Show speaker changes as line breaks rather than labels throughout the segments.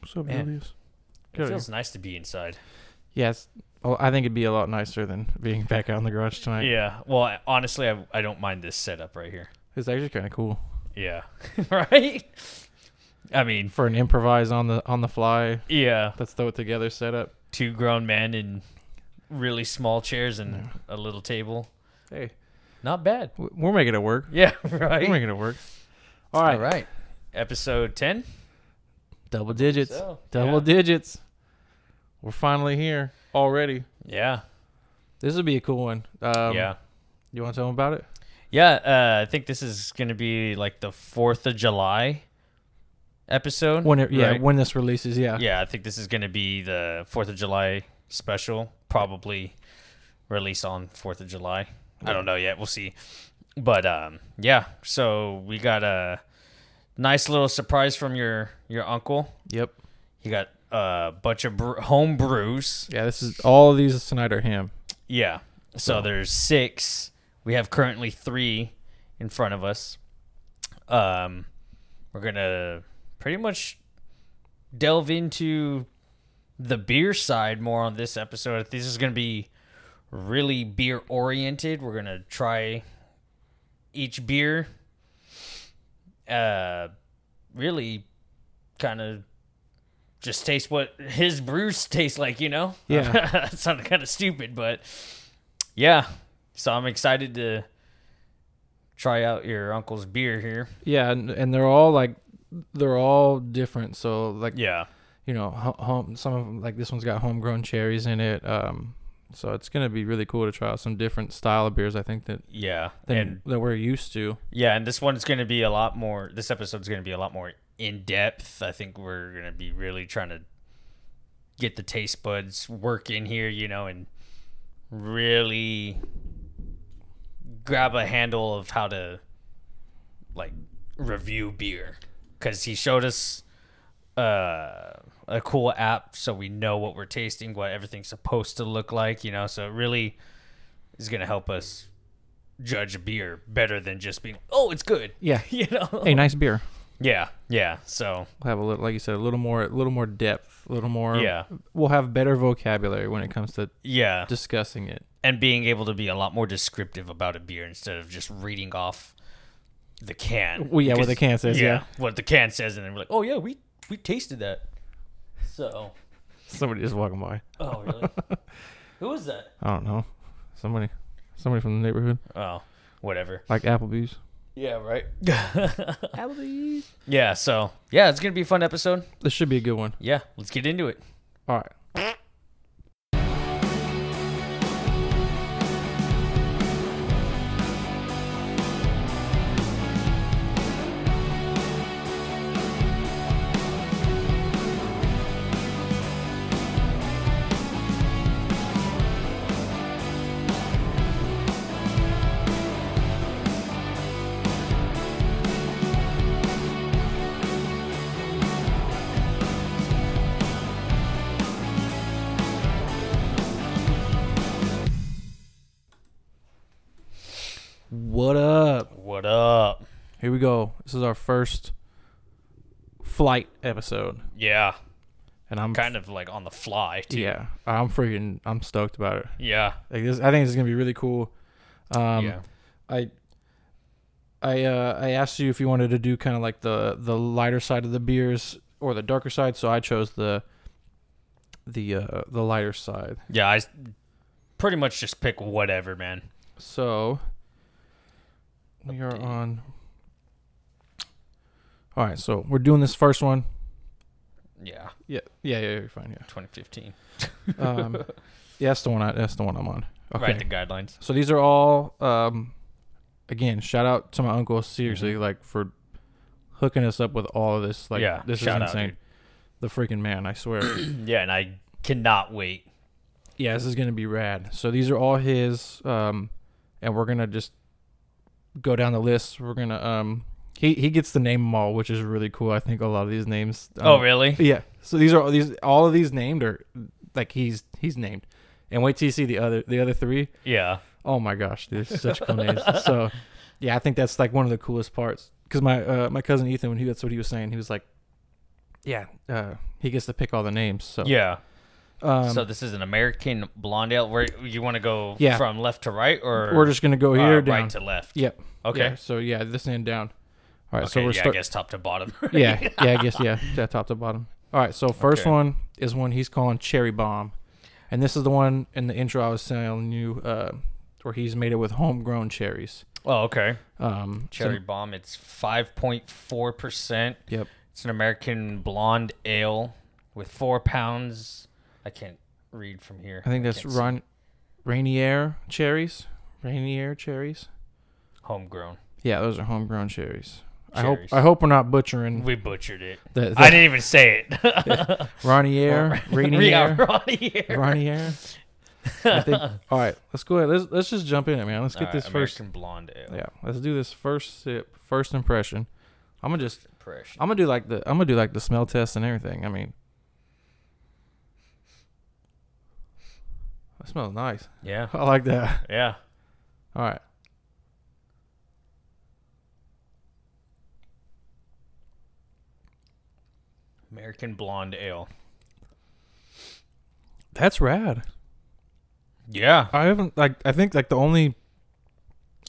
What's up,
Man.
Julius?
Go
It feels nice to be inside.
Yes. Well, I think it'd be a lot nicer than being back out in the garage tonight.
Yeah. Well, I, honestly, I, I don't mind this setup right here.
It's actually kind of cool
Yeah. right? I mean,
for an improvise on the on the fly.
yeah.
Let's throw it together setup.
Two grown men in really small chairs and a little table.
Hey,
Not bad.
w- we're making it work.
Yeah,
We're
right?
making it work. All right.
right. Episode 10.
Double digits.
So,
Double
yeah.
digits. We're finally here already.
Yeah.
This would be a cool one. Um,
yeah.
You want to tell them about it?
Yeah. Uh, I think this is going to be like the 4th of July episode.
When it, yeah,
right?
when this releases, yeah.
yeah, I think this is going to be the 4th of July special, probably released on 4th of July. I don't know yet. We'll see. But um yeah, so we got a nice little surprise from your your uncle.
Yep.
He got a bunch of bre- home brews.
Yeah, this is all of these tonight are him.
Yeah. So there's six. We have currently three in front of us. Um, we're gonna pretty much delve into the beer side more on this episode. This is gonna be really beer oriented. We're gonna try each beer. Uh, really, kind of just taste what his brews taste like. You know?
Yeah.
that sounded kind of stupid, but yeah. So I'm excited to try out your uncle's beer here.
Yeah, and, and they're all like, they're all different. So like,
Yeah.
you know, ho- home some of 'em- like this one's got homegrown cherries in it. Um, so it's gonna be really cool to try out some different style of beers. I think that
Yeah.
than,
and
that we're used to.
Yeah, and this one's going to be a lot more. This episode's going to be a lot more in depth. I think we're going to be really trying to get the taste buds work in here, you know, and really grab a handle of how to like review beer because he showed us uh, a cool app so we know what we're tasting, what everything's supposed to look like, you know. So it really is going to help us judge a beer better than just being, oh, it's good,
Yeah.
you know.
Hey, nice beer.
Yeah, yeah. So
We'll have a little, like you said, a little more, a little more depth, a little more.
yeah,
We'll have better vocabulary when it comes to
yeah,
discussing it.
and being able to be a lot more descriptive about a beer instead of just reading off the can.
Well, yeah, what
Because-
the can says, yeah.
what the can says, and then we're like, oh yeah, we we tasted that. So,
Somebody just walking by.
oh really? Who was that?
I don't know. Somebody, somebody from the neighborhood,
Oh, whatever.
like Applebee's.
Yeah, right.
Applebee's.
yeah, so yeah, it's gonna be a fun episode.
This should be a good one.
Yeah, let's get into it.
All right. What up?
What up?
Here we go. This is our first flight episode,
Yeah,
and I'm
kind of like on the fly too.
yeah, I'm freaking I'm stoked about it.
Yeah.
Like this, I think this is gonna be really cool. Um,
yeah.
I I uh, I asked you if you wanted to do kind of like the the lighter side of the beers or the darker side, so I chose the the uh, the lighter side.
Yeah, I s- pretty much just pick whatever, man.
So we are on. All right, so we're doing this first one.
Yeah,
Yeah, yeah, yeah, you're fine. Yeah,
2015.
um, yeah, that's the one. I, that's the one I'm on. Okay.
Right, the guidelines.
So these are all. Um, again, shout out to my uncle seriously, like for hooking us up with all of this. Like,
Mm-hmm. Yeah,
this is
shout out,
insane.
dude.
the freaking man, I swear.
Yeah, and I cannot wait.
yeah, this is gonna be rad. So these are all his, um, and we're gonna just go down the list. We're gonna um, he he gets to name them all, which is really cool. I think a lot of these names. um,
oh, really?
Yeah. So these are all these all of these named are like he's he's named. And wait till you see the other the other three.
Yeah.
Oh my gosh, they're such cool names. So yeah, I think that's like one of the coolest parts. Because my uh, my cousin Ethan, when he that's what he was saying, he was like, yeah, uh, he gets to pick all the names. So
Yeah.
um,
so this is an American blonde ale. Where you want to go
Yeah.
from left to right, or
we're just gonna go
uh,
here down.
right to left?
Yep.
Okay.
Yeah, so yeah, this end down. All right, so
Okay,
we're
yeah, I
starting.
guess top to bottom.
yeah, yeah, I guess yeah, yeah, top to bottom. All right, so first
Okay.
one is one he's calling Cherry Bomb, and this is the one in the intro I was telling you, uh, where he's made it with homegrown cherries.
oh, okay.
Um, so-
Cherry Bomb. It's five point four percent.
yep.
It's an American blonde ale with four pounds. I can't read from here.
I think that's
can't see.
Ron, Rainier cherries. Rainier cherries.
homegrown.
Yeah, those are homegrown cherries. I hope
Cherries.
I hope we're not butchering
We butchered it.
the, the
I didn't even say it.
Rainier,
Yeah,
Rainier,
Rainier.
Rainier. I think. All right, let's go ahead. Let's let's just jump in it, man. Let's get
All right,
this first.
American blonde ale.
Yeah, let's do this first sip, first impression. I'm gonna just,
Impression.
I'm gonna do like the, I'm gonna do like the smell test and everything. I mean, that smells nice.
Yeah.
I like that.
Yeah.
All right.
American blonde ale.
That's rad.
Yeah.
I haven't like I think like the only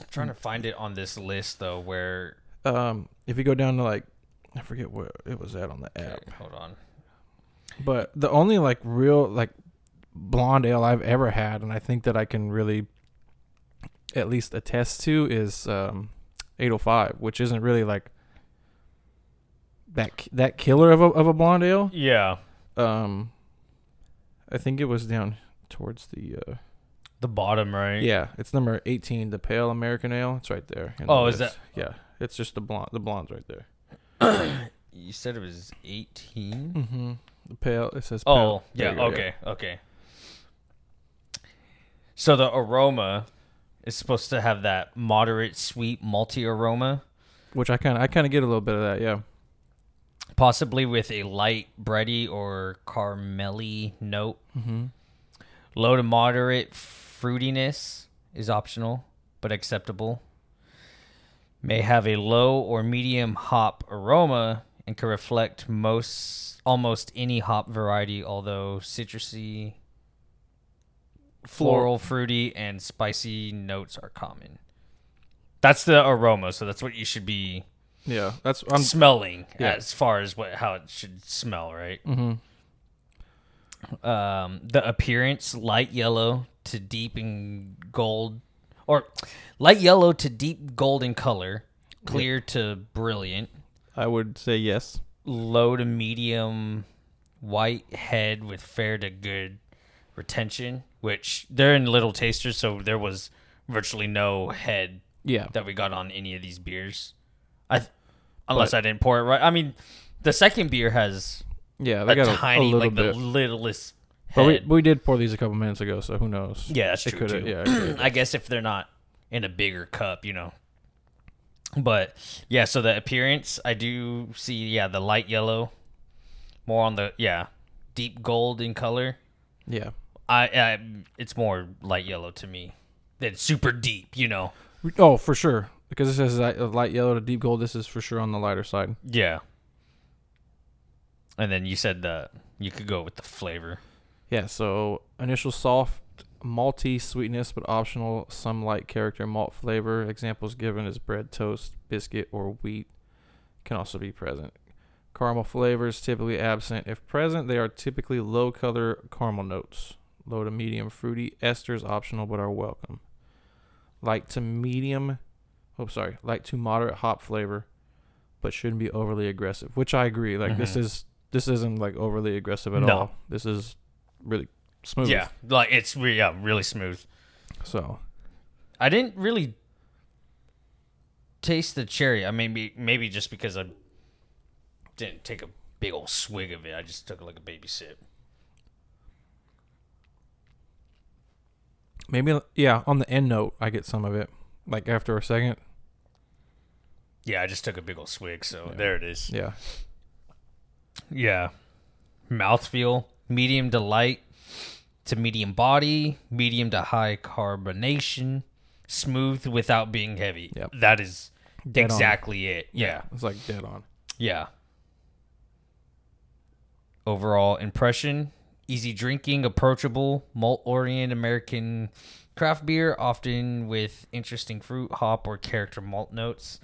I'm trying to find it on this list though where
um if you go down to like I forget where it was at on the
okay,
app.
hold on.
But the only like real like blonde ale I've ever had, and I think that I can really at least attest to is um, 805, which isn't really like that that killer of a of a blonde ale.
Yeah.
Um, I think it was down towards the uh,
The bottom right.
yeah, it's number 18, the pale American ale. It's right there. in the
Oh, is
list. yeah? It's just the blonde, the blonde's right there.
You said it was 18?
Mm-hmm. The pale. It says.
Oh,
pale. There
yeah.
you go,
Okay. Okay. So the aroma is supposed to have that moderate sweet malty aroma,
Which I kind of I kind of get a little bit of that. Yeah.
possibly with a light bready or caramelly note.
Mm-hmm.
Low to moderate fruitiness is optional, but acceptable. May have a low or medium hop aroma and can reflect most almost any hop variety, although citrusy, floral, fruity, and spicy notes are common. That's the aroma, so that's what you should be
Yeah, that's I'm
smelling
Yeah.
as far as what how it should smell, right?
Mhm. Mm-hmm.
Um, the appearance light yellow to deep in gold, or light yellow to deep golden color, clear to brilliant,
I would say yes.
low to medium white head with fair to good retention, which they're in little tasters, so there was virtually no head
Yeah.
that we got on any of these beers. I th- unless I didn't pour it right. I mean, the second beer has
yeah, they
a
got a- a,
tiny,
little
like
bit.
the littlest
but we,
head.
we did pour these a couple minutes ago, so who knows?
yeah, that's
It
true
coulda-
too.
yeah, it coulda-
I guess if they're not in a bigger cup, you know. But yeah, so the appearance, I do see. Yeah, the light yellow, more on the yeah, deep gold in color.
yeah.
I, I it's more light yellow to me than super deep. You know.
We- Oh, for sure. Because this is a uh, light yellow to deep gold. This is for sure on the lighter side.
Yeah. And then you said that you could go with the flavor.
Yeah. So initial soft malty sweetness, but optional some light character malt flavor. Examples given is bread, toast, biscuit, or wheat. Can also be present. Caramel flavors typically absent. If present, they are typically low color caramel notes. Low to medium fruity. Esters optional, but are welcome. Light to medium. Oh, sorry. Light to moderate hop flavor, but shouldn't be overly aggressive. Which I agree. Like this
Mhm.
is this isn't like overly aggressive at
No.
all. This is really smooth.
Yeah, like it's re- yeah really smooth.
So
I didn't really taste the cherry. I maybe maybe just because I didn't take a big old swig of it. I just took like a baby sip.
maybe yeah, on the end note, I get some of it. Like after a second.
Yeah, I just took a big old swig. So there it is.
Yeah.
Yeah. Mouthfeel, medium to light to medium body, medium to high carbonation, smooth without being heavy.
Yep.
That is
Dead on.
exactly it. Yeah.
It's like dead on.
Yeah. overall impression. Easy drinking, approachable, malt oriented American craft beer, often with interesting fruit, hop, or character malt notes.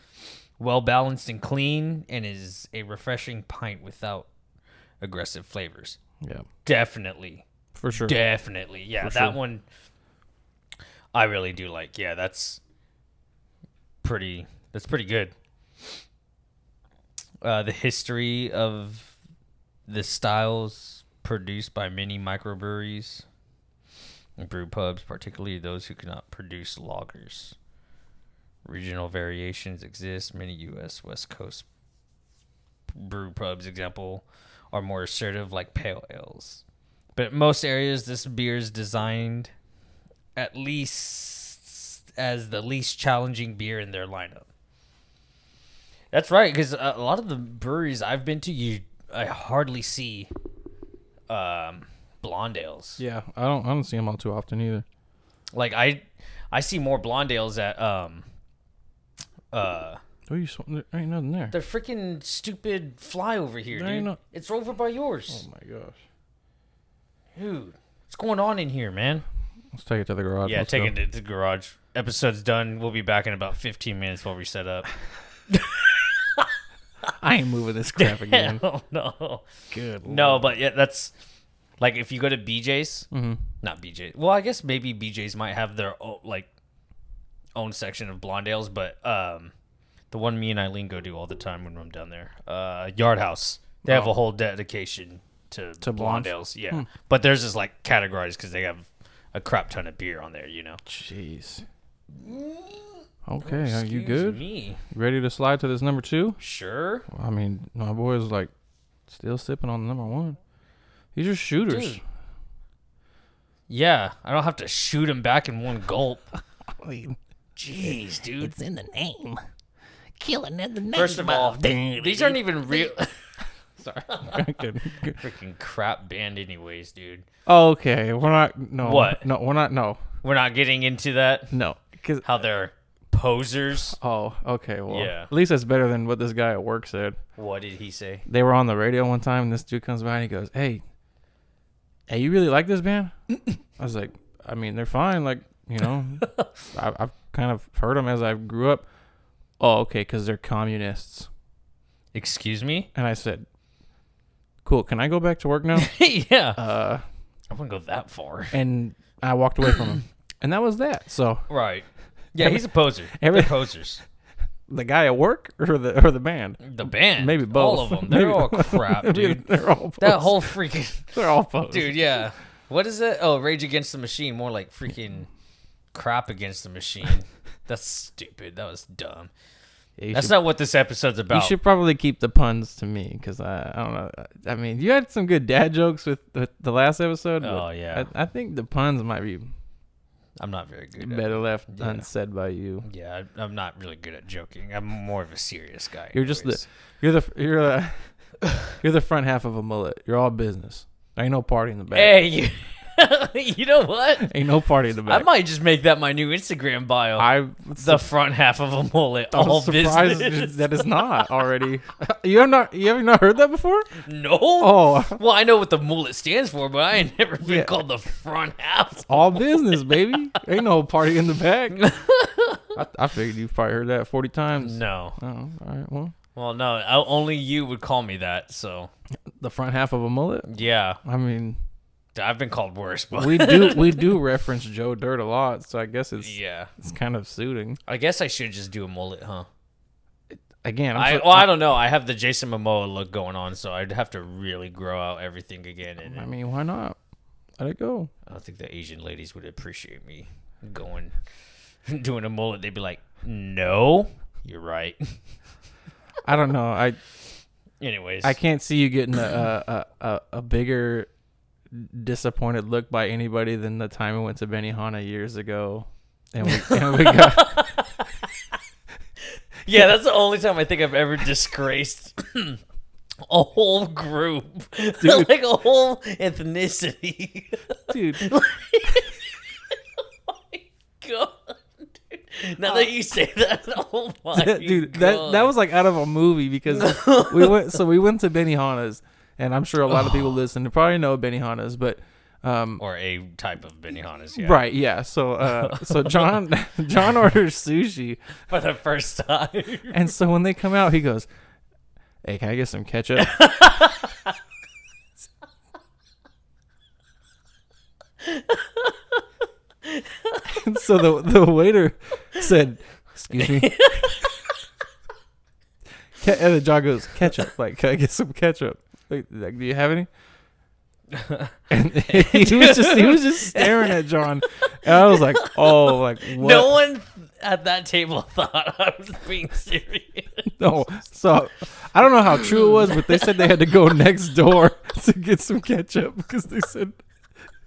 Well balanced and clean, and is a refreshing pint without aggressive flavors.
Yeah,
Definitely.
for sure.
Definitely. Yeah,
For
that
sure.
one I really do like. Yeah, that's pretty that's pretty good. Uh, the history of the styles produced by many microbreweries and brew pubs, particularly those who cannot produce lagers. Regional variations exist. Many U.S. West Coast brew pubs, example, are more assertive, like pale ales. But in most areas, this beer is designed at least as the least challenging beer in their lineup. That's right, because a lot of the breweries I've been to, you I hardly see um, blonde ales.
Yeah, I don't I don't see them all too often either.
Like I, I see more blonde ales at um, uh,
Oh, you sw- there ain't nothing there.
the freaking stupid flyover here,
There ain't
dude.
no-
It's over by yours,
Oh my gosh.
dude. What's going on in here, man?
Let's take it to the garage.
Yeah,
Let's
take
go.
it to the garage. Episode's done. We'll be back in about 15 minutes while we set up.
I ain't moving this crap again.
Hell no.
Good.
No, but yeah, that's like if you go to BJ's,
Mm-hmm.
not BJ's. Well, I guess maybe BJ's might have their own, like own section of Blondales, but um, the one me and Eileen go to all the time when I'm down there, uh, Yard House. They have a whole dedication to,
Oh. To Hmm. blondes?
Blondales, yeah. But theirs is like categorized because they have a crap ton of beer on there, you know.
Jeez. Okay, are you
Excuse
good?
Me,
Ready to slide to this number two?
sure.
I mean, my boy's like still sipping on number one. These are shooters.
Dude. Yeah, I don't have to shoot him back in one gulp.
Oh,
Jeez, dude.
It's in the name. Killing in the name.
First of all, these aren't even real
Good.
freaking crap band anyways, dude.
okay, we're not. No.
What?
No, we're not. No.
We're not getting into that.
No. 'Cause-
How they're posers.
oh, okay. Well,
Yeah.
at least that's better than what this guy at work said.
What did he say?
They were on the radio one time, and this dude comes by and he goes, "Hey, hey, you really like this band?" I was like, "I mean, they're fine. Like, you know, I, I've kind of heard them as I grew up." Oh, okay, because they're communists.
Excuse me?
And I said, "Cool, can I go back to work now?"
yeah.
uh,
I wouldn't go that far.
and I walked away from him, and that was that. So
Right. Yeah, he's a poser.
every-
They're posers.
the guy at work or the or the band,
The band.
maybe both.
All of them. They're
Maybe-
all crap,
maybe
dude.
They're all
That
posed.
whole freaking
They're all posed.
dude, yeah. What is it? Oh, Rage Against the Machine. More like freaking crap against the machine. That's stupid. That was dumb.
Yeah, you
That's
should-
not what this episode's
You
about.
should probably keep the puns to me because I, I don't know. I mean, you had some good dad jokes with, with the last episode. but
Oh, yeah.
I, I think the puns might be
I'm not very good at
better left
Yeah.
unsaid by you.
Yeah, I- I'm not really good at joking. I'm more of a serious guy.
You're just the
anyways.
you're the you're the, you're the front half of a mullet. You're all business. There ain't no party in the back.
Hey, you, you know what?
Ain't no party in the
I
back.
might just make that my new Instagram bio.
I
the front half of a mullet,
I'm
all
surprised
business.
that it's not already. you have not you have not heard that before.
no.
Oh,
Well, I know what the mullet stands for, but I ain't never been
Yeah.
called the front half.
all business, baby. Ain't no party in the back. I, I figured you've probably heard that forty times.
No.
Oh, all right. Well,
Well, no. I, only you would call me that. So
the front half of a mullet.
yeah,
I mean,
I've been called worse, but
we do we do reference Joe Dirt a lot, so I guess it's
yeah.
it's kind of suiting.
I guess I should just do a mullet, huh?
Again, I'm
I,
so-
well, I don't know. I have the Jason Momoa look going on, so I'd have to really grow out everything again. And
I mean, why not? Let it go.
I don't think the Asian ladies would appreciate me going doing a mullet. They'd be like, "No, you're right."
I don't know. I
Anyways,
I can't see you getting a a, a, a bigger disappointed look by anybody than the time we went to Benihana years ago, and we, and we got
yeah, that's the only time I think I've ever disgraced a whole group, like a whole ethnicity.
dude.
God. dude. Now that you say that, oh my
Uh, that, dude, that
God.
that was like out of a movie because we went. So we went to Benihana's, and I'm sure a lot of people listen to probably know Benihana's, but um,
or a type of Benihana's. Yeah.
right, yeah. So uh, so John John orders sushi,
For the first time.
and so when they come out, he goes, "Hey, can I get some ketchup?" and so the the waiter said, "Excuse me." Ke- and then John goes, "Ketchup, like, can I get some ketchup? Like, like do you have any?" And he was just he was just staring at John, and I was like, "Oh, like what?"
No one at that table thought I was being serious.
No, so I don't know how true it was, but they said they had to go next door to get some ketchup because they said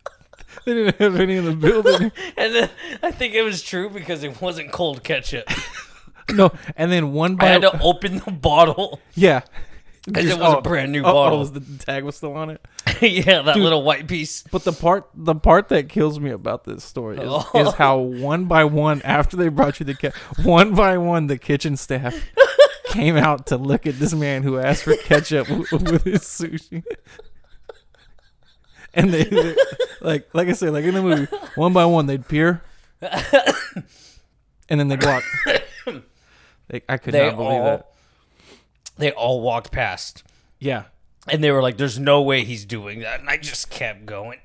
they didn't have any in the building.
And then I think it was true because it wasn't cold ketchup.
No, and then one
I
by
had to open the bottle.
yeah,
Because it
Just-
was a brand new
oh,
bottle.
Oh, was the tag was still on it.
yeah, that little white piece.
But the part the part that kills me about this story is,
Oh.
is how one by one after they brought you the cat one by one the kitchen staff came out to look at this man who asked for ketchup w- with his sushi. And they, they- like like I said like in the movie one by one they'd peer and then they'd walk. Like, I could
They
not believe
all-
that.
They all walked past.
Yeah.
And they were like, there's no way he's doing that. And I just kept going.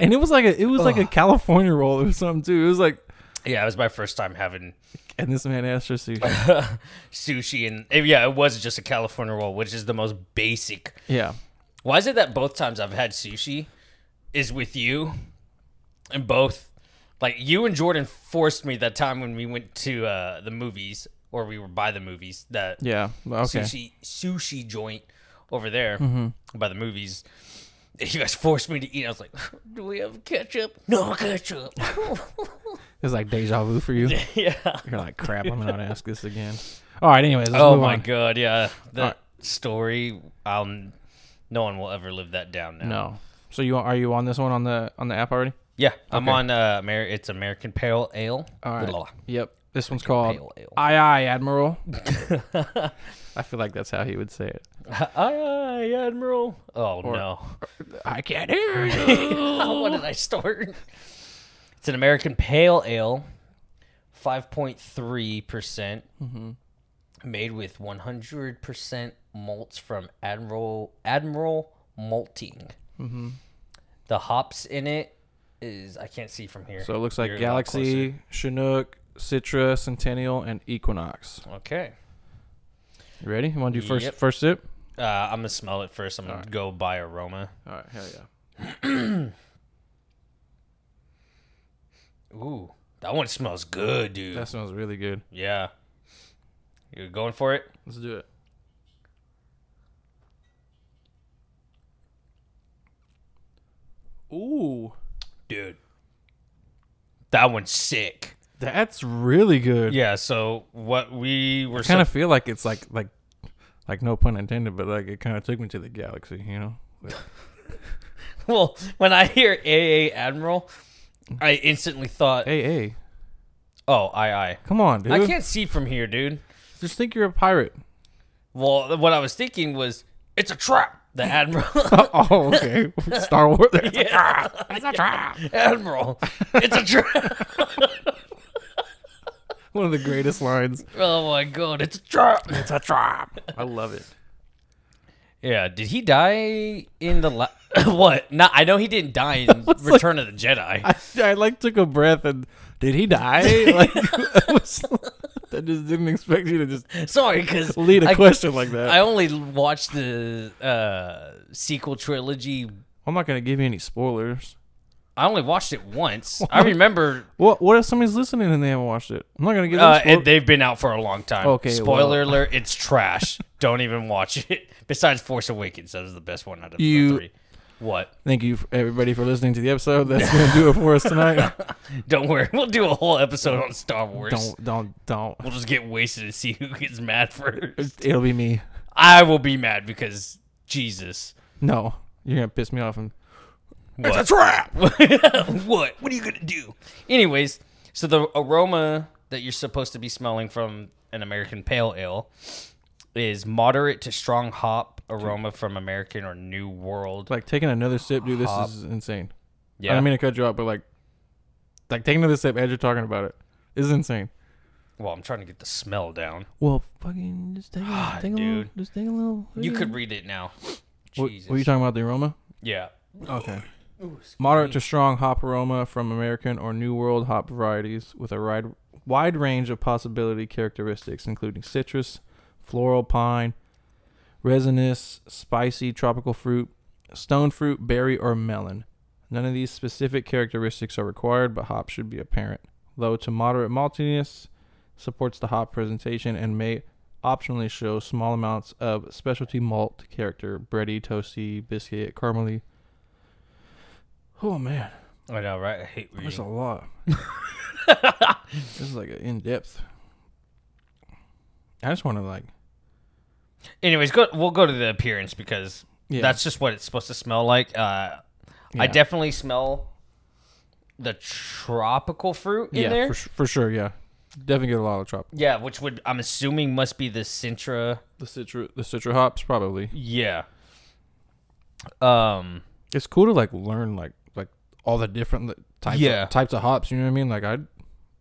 And it was like a it was like a California roll or something too. It was like
Yeah, it was my first time having
and this man asked for sushi.
sushi. And eh, yeah, it was just a California roll, which is the most basic.
Yeah.
Why is it that both times I've had sushi is with you? And both, like, you and Jordan forced me that time when we went to uh, the movies or we were by the movies that
Yeah. Okay. Mm-hmm.
sushi sushi joint over there by the movies. You guys forced me to eat. I was like, "Do we have ketchup? No ketchup."
It's like deja vu for you.
yeah.
You're like, crap, I'm gonna ask this again. All right, anyways, let's
Oh
move
my
on.
god. Yeah. That
Alright.
story. I'll. No one will ever live that down now.
No. So you are you on this one on the on the app already?
Yeah. I'm
Okay.
on. Uh, Amer- it's American Pale Ale.
All right.
Blah.
Yep. This one's called
Pale Ale.
Aye Aye Admiral. I feel like that's how he would say it.
Aye, aye, Admiral. Oh no.
I can't hear you.
what did I start? It's an American Pale Ale, 5.3%, percent
Mm-hmm.
made with 100% malts from Admiral Admiral Malting.
Mm-hmm.
The hops in it is, I can't see from here.
so it looks like
You're a lot
Galaxy, Chinook, Citra, Centennial, and Equinox.
closer. Okay.
You ready? You want to do first
Yep.
first sip?
Uh, I'm going to smell it first. I'm going to go by aroma.
All right. Hell yeah.
Ooh, that one smells good, dude.
That smells really good.
yeah. You're going for it?
Let's do it. Ooh,
Dude. That one's sick.
that's really good.
Yeah, so what we were
kind
kind
of feel like it's like like like no pun intended, but like it kind of took me to the galaxy, you know. But-
of well, when I hear AA Admiral, I instantly thought,
hey, hey,
"Oh, I, I,
come on, dude!
I can't see from here, dude."
Just think you're a pirate.
Well, what I was thinking was, "It's a trap." The Admiral,
oh, okay. Star Wars.
Yeah.
It's a trap.
Admiral, it's a trap.
One of the greatest lines.
oh my god, it's a trap.
It's a trap.
I love it.
Yeah, did he die in the la- what? Not, I know he didn't die in Return of the Jedi.
I, I like took a breath and did he die? Like I, was, I just didn't expect you to just
Sorry, because
lead a
I,
question like that.
I only watched the uh, sequel trilogy
I'm not gonna give you any spoilers.
I only watched it once. I remember
What What if somebody's listening and they haven't watched it? I'm not gonna give them
uh,
spoilers.
and they've been out for a long time.
Okay,
Spoiler
well-
alert, it's trash. Don't even watch it. Besides Force Awakens, that was the best one out of the
You-
three. What?
Thank you, for- everybody, for listening to the episode. That's gonna do it for us tonight.
Don't worry. We'll do a whole episode on Star Wars.
don't, don't, don't.
We'll just get wasted and see who gets mad first.
It'll be me.
I will be mad because Jesus.
No, you're gonna piss me off. And
What? It's a trap. what? What are you gonna do? Anyways, so the aroma that you're supposed to be smelling from an American Pale Ale is moderate to strong hop aroma from American or New World.
Like taking another sip, dude. This
Hop.
is insane. I
Yeah,
don't mean to cut you off, but like, like taking another sip as you're talking about it is insane.
well, I'm trying to get the smell down.
Well, fucking just take a, take a little,
Ah, Dude.
just take a little.
You could read it now.
What,
Jesus.
what are you talking about? The aroma?
yeah.
Okay. Moderate to strong hop aroma from American or New World hop varieties with a wide, wide range of possibility characteristics, including citrus, floral, pine, resinous, spicy, tropical fruit, stone fruit, berry, or melon. None of these specific characteristics are required, but hop should be apparent. Low to moderate maltiness supports the hop presentation and may optionally show small amounts of specialty malt character, bready, toasty, biscuit, caramely. Oh man,
I know, right? I hate
that's a
reading.
lot. this is like in depth. I just want to like
Anyways, go. We'll go to the appearance because
yeah.
that's just what it's supposed to smell like. Uh, I
Yeah.
definitely smell the tropical fruit in
yeah
there.
for su- for sure yeah. Definitely get a lot of chop.
Yeah, which would I'm assuming must be the Sintra.
The citra the citra hops probably.
Yeah. Um.
It's cool to like learn like like all the different li- types
Yeah.
of, types of hops. You know what I mean? Like I,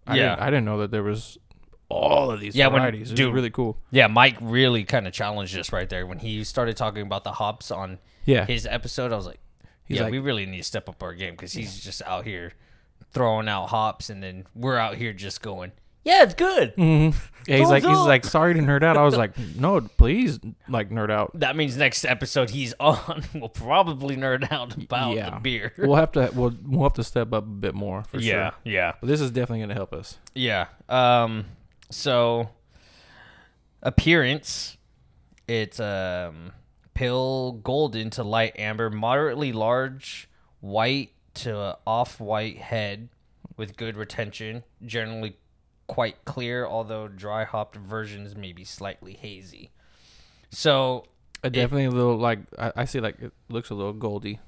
I
Yeah.
didn't, I didn't know that there was all of these
Yeah, when-
varieties. It's
dude.
really cool.
Yeah, Mike really kind of challenged us right there when he started talking about the hops on
Yeah,
his episode. I was like,
He's
yeah,
like-
we really need to step up our game because he's just out here throwing out hops, and then we're out here just going, yeah, it's good.
Mm-hmm. Yeah, he's like he's
up.
like sorry to nerd out. I was like, no, please, like nerd out.
That means next episode he's on will probably nerd out about
yeah.
the beer.
We'll have to we'll we'll have to step up a bit more for
yeah,
sure.
yeah,
But this is definitely gonna help us.
yeah. Um, so appearance, it's um pale golden to light amber, moderately large, white to off white head with good retention, generally quite clear, although dry hopped versions may be slightly hazy. So
I definitely a little like I, I see like it looks a little goldy.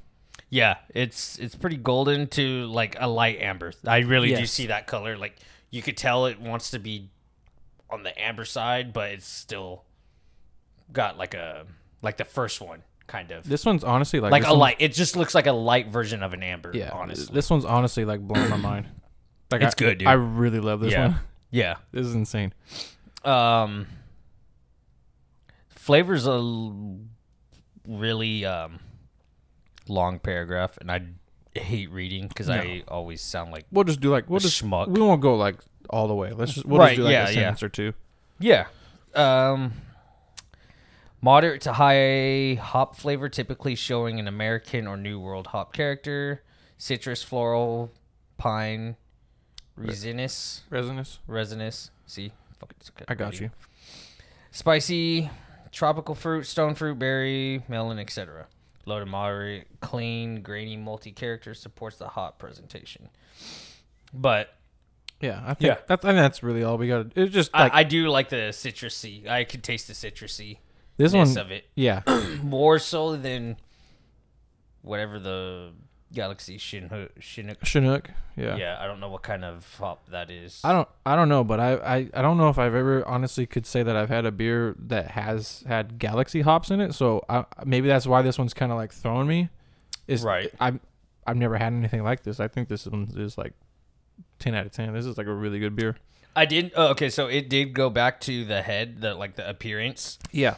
Yeah, it's it's pretty golden to like a light amber. I really do
Yes.
see that color. Like you could tell it wants to be on the amber side, but it's still got like a like the first one kind of
This one's honestly like
like
this
a
one's-
light. It just looks like a light version of an amber.
Yeah,
honestly,
this one's honestly like blowing my mind. Like
It's
I-
good, dude.
I really love this
yeah,
one.
yeah.
This is insane.
Um, flavors a l- really um long paragraph, and I hate reading because I always sound like
We'll just do like we'll just
schmuck.
we won't go like all the way. Let's just we'll
Right,
just do like
yeah,
a
yeah.
sentence or two.
Yeah. Um, moderate to high hop flavor, typically showing an American or New World hop character. Citrus, floral, pine, resinous,
Resinous.
resinous. See, Fuck, it's okay.
I got you.
Spicy, tropical fruit, stone fruit, berry, melon, etc. Low to moderate, clean, grainy, multi-character supports the hop presentation. But
Yeah, I think
Yeah.
that's I mean, that's really all we got. It's just like
I, I do like the citrusy. I could taste the citrusy
this one.
of it.
Yeah,
more so than whatever the Galaxy Shin Chinook.
Chinook. Yeah.
Yeah, I don't know what kind of hop that is.
I don't I don't know, but I, I I don't know if I've ever honestly could say that I've had a beer that has had Galaxy hops in it. So I maybe that's why this one's kind of like throwing me. Is
Right.
I'm I've never had anything like this. I think this one is like ten out of ten. This is like a really good beer.
I didn't. Oh, okay, so it did go back to the head, the like the appearance,
Yeah.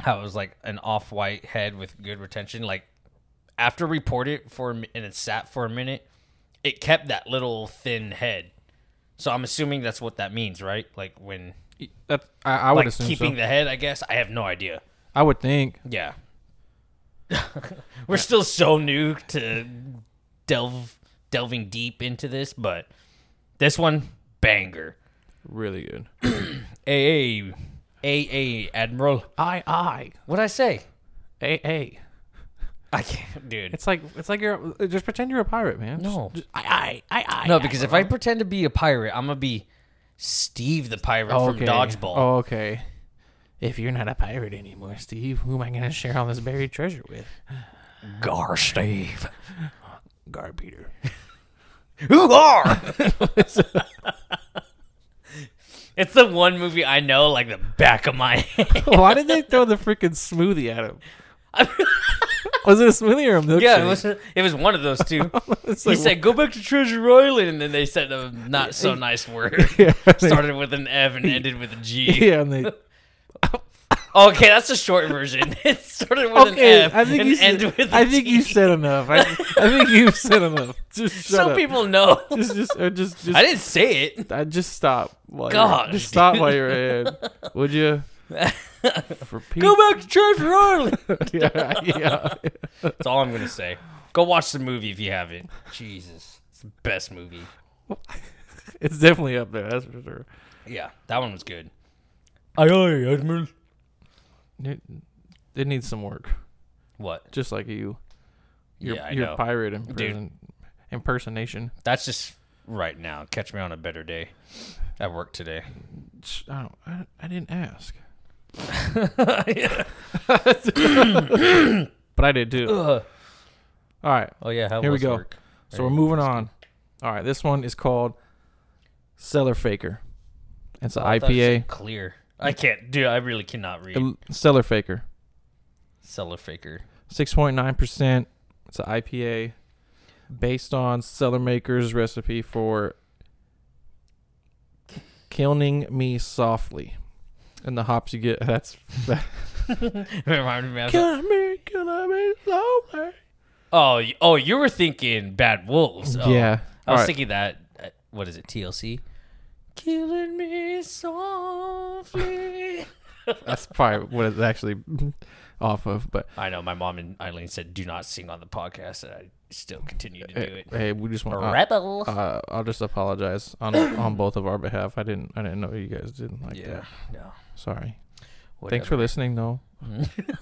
how it was like an off-white head with good retention. Like after we poured it for a mi- and it sat for a minute, it kept that little thin head. So I'm assuming that's what that means, right? Like when
That I, I would
like
assume
keeping
so.
the head, I guess. I have no idea.
I would think.
Yeah. We're still so new to delve delving deep into this, but this one banger.
Really good.
AA AA Admiral.
I I
What'd I say?
A A.
I can't dude.
It's like it's like you're uh, just pretend you're a pirate, man.
No.
Just, I I I I.
no, because if I pretend to be a pirate, I'm gonna be Steve the pirate from Dodgeball.
Oh, okay. If you're not a pirate anymore, Steve, who am I going to share all this buried treasure with?
Gar Steve.
Gar Peter.
Who are? It's the one movie I know like the back of my head.
Why did they throw the freaking smoothie at him? Was it a smoothie or a milkshake?
yeah, it was it was one of those two.
It's
he
like,
said, "Go back to Treasure Island," and then they said a not so nice word.
yeah, they-
Started with an F and ended with a G.
yeah, and they.
Okay, that's the short version. It started with
Okay,
an F
I think
and
you.
ended
Said,
with a
I think
G.
you said enough. I, I think you said enough. Just shut
so
up.
people know.
Just, just, uh, just, just.
I didn't say it.
I just stop. While
Gosh,
you're, just stop while you're ahead, would you? For Pete,
Go back to Treasure Island.
yeah, yeah.
That's all I'm gonna say. Go watch the movie if you haven't. Jesus, it's the best movie.
It's definitely up there. That's for sure.
Yeah, that one was good. Aye, aye, Admiral.
It, it needs some work,
What?
just like you. Your,
Yeah, I
your
know.
pirate imperson- impersonation.
That's just right now. Catch me on a better day. At work today.
Sh- I, don't, I, I didn't ask,
Yeah.
but I did too.
Ugh.
All right,
Oh yeah, how
Here we
was
go.
work?
so we're moving on. All right, this one is called Cellar Faker. It's an
Oh, I thought it
IPA.
said Clear. I can't, dude. I really cannot read.
El- Cellar Faker,
Cellar faker.
six point nine percent. It's an IPA based on Cellar Maker's recipe for killing me softly, and the hops you get. That's that.
Reminded me. I was like,
killing me, killing me softly.
oh, y- oh, you were thinking Bad Wolves. Oh,
Yeah.
I was
Alright.
thinking that. uh, What is it? TLC. Killing me softly.
That's probably what it's actually off of. But
I know my mom and Eileen said, "Do not sing on the podcast," and I still continue to do
hey,
it.
hey, we just want. Uh,
Rebel.
uh, I'll just apologize on on both of our behalf. I didn't. I didn't know you guys didn't like
yeah.
that.
No.
Sorry. Thanks
Whatever. Mm-hmm.
for listening, though.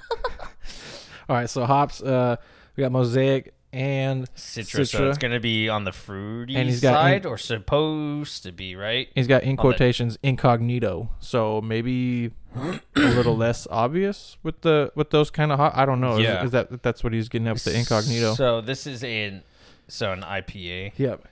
All right. So hops. Uh, we got mosaic and
Citra, so
Citra.
it's gonna be on the fruity
And he's got
side, or supposed to be, right?
he's got in
that-
quotations incognito. So maybe a little less obvious with the with those kind of hop. I don't know. Is-
Yeah.
Is, that that's what he's getting at with the incognito?
So this is an so an IPA.
yep.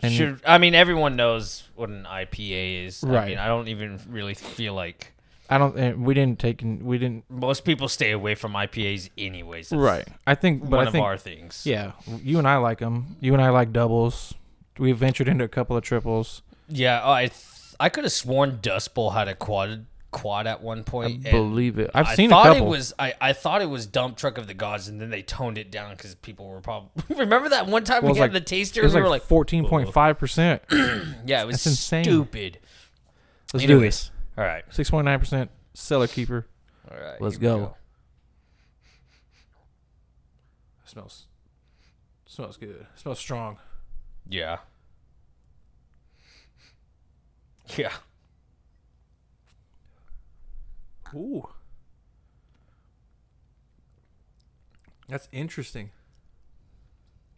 And-
Should I mean everyone knows what an IPA is, I,
Right.
mean, I don't even really feel like
I don't. And we didn't take. in- We didn't.
most people stay away from IPAs, anyways. That's
Right. I think. But I
one of
think.
our things.
Yeah, you and I like them. You and I like doubles. We've ventured into a couple of triples.
Yeah. oh, I th- I could have sworn Dust Bowl had a quad quad at one point. and
Believe it. I've
I
seen a
thought
couple.
it was I, I thought it was dump truck of the gods, and then they toned it down because people were probably remember that one time
Well, it
we
was
had
like-
the taster.
it was
and we
like
were
fourteen point five percent.
like, yeah, it was
that's insane.
stupid.
Let's do
Anyways.
this.
All right,
Six point nine percent. Cellar keeper.
all right,
Let's
here
go.
we
smells. Smells good. Smells strong.
Yeah, yeah.
Ooh. That's interesting.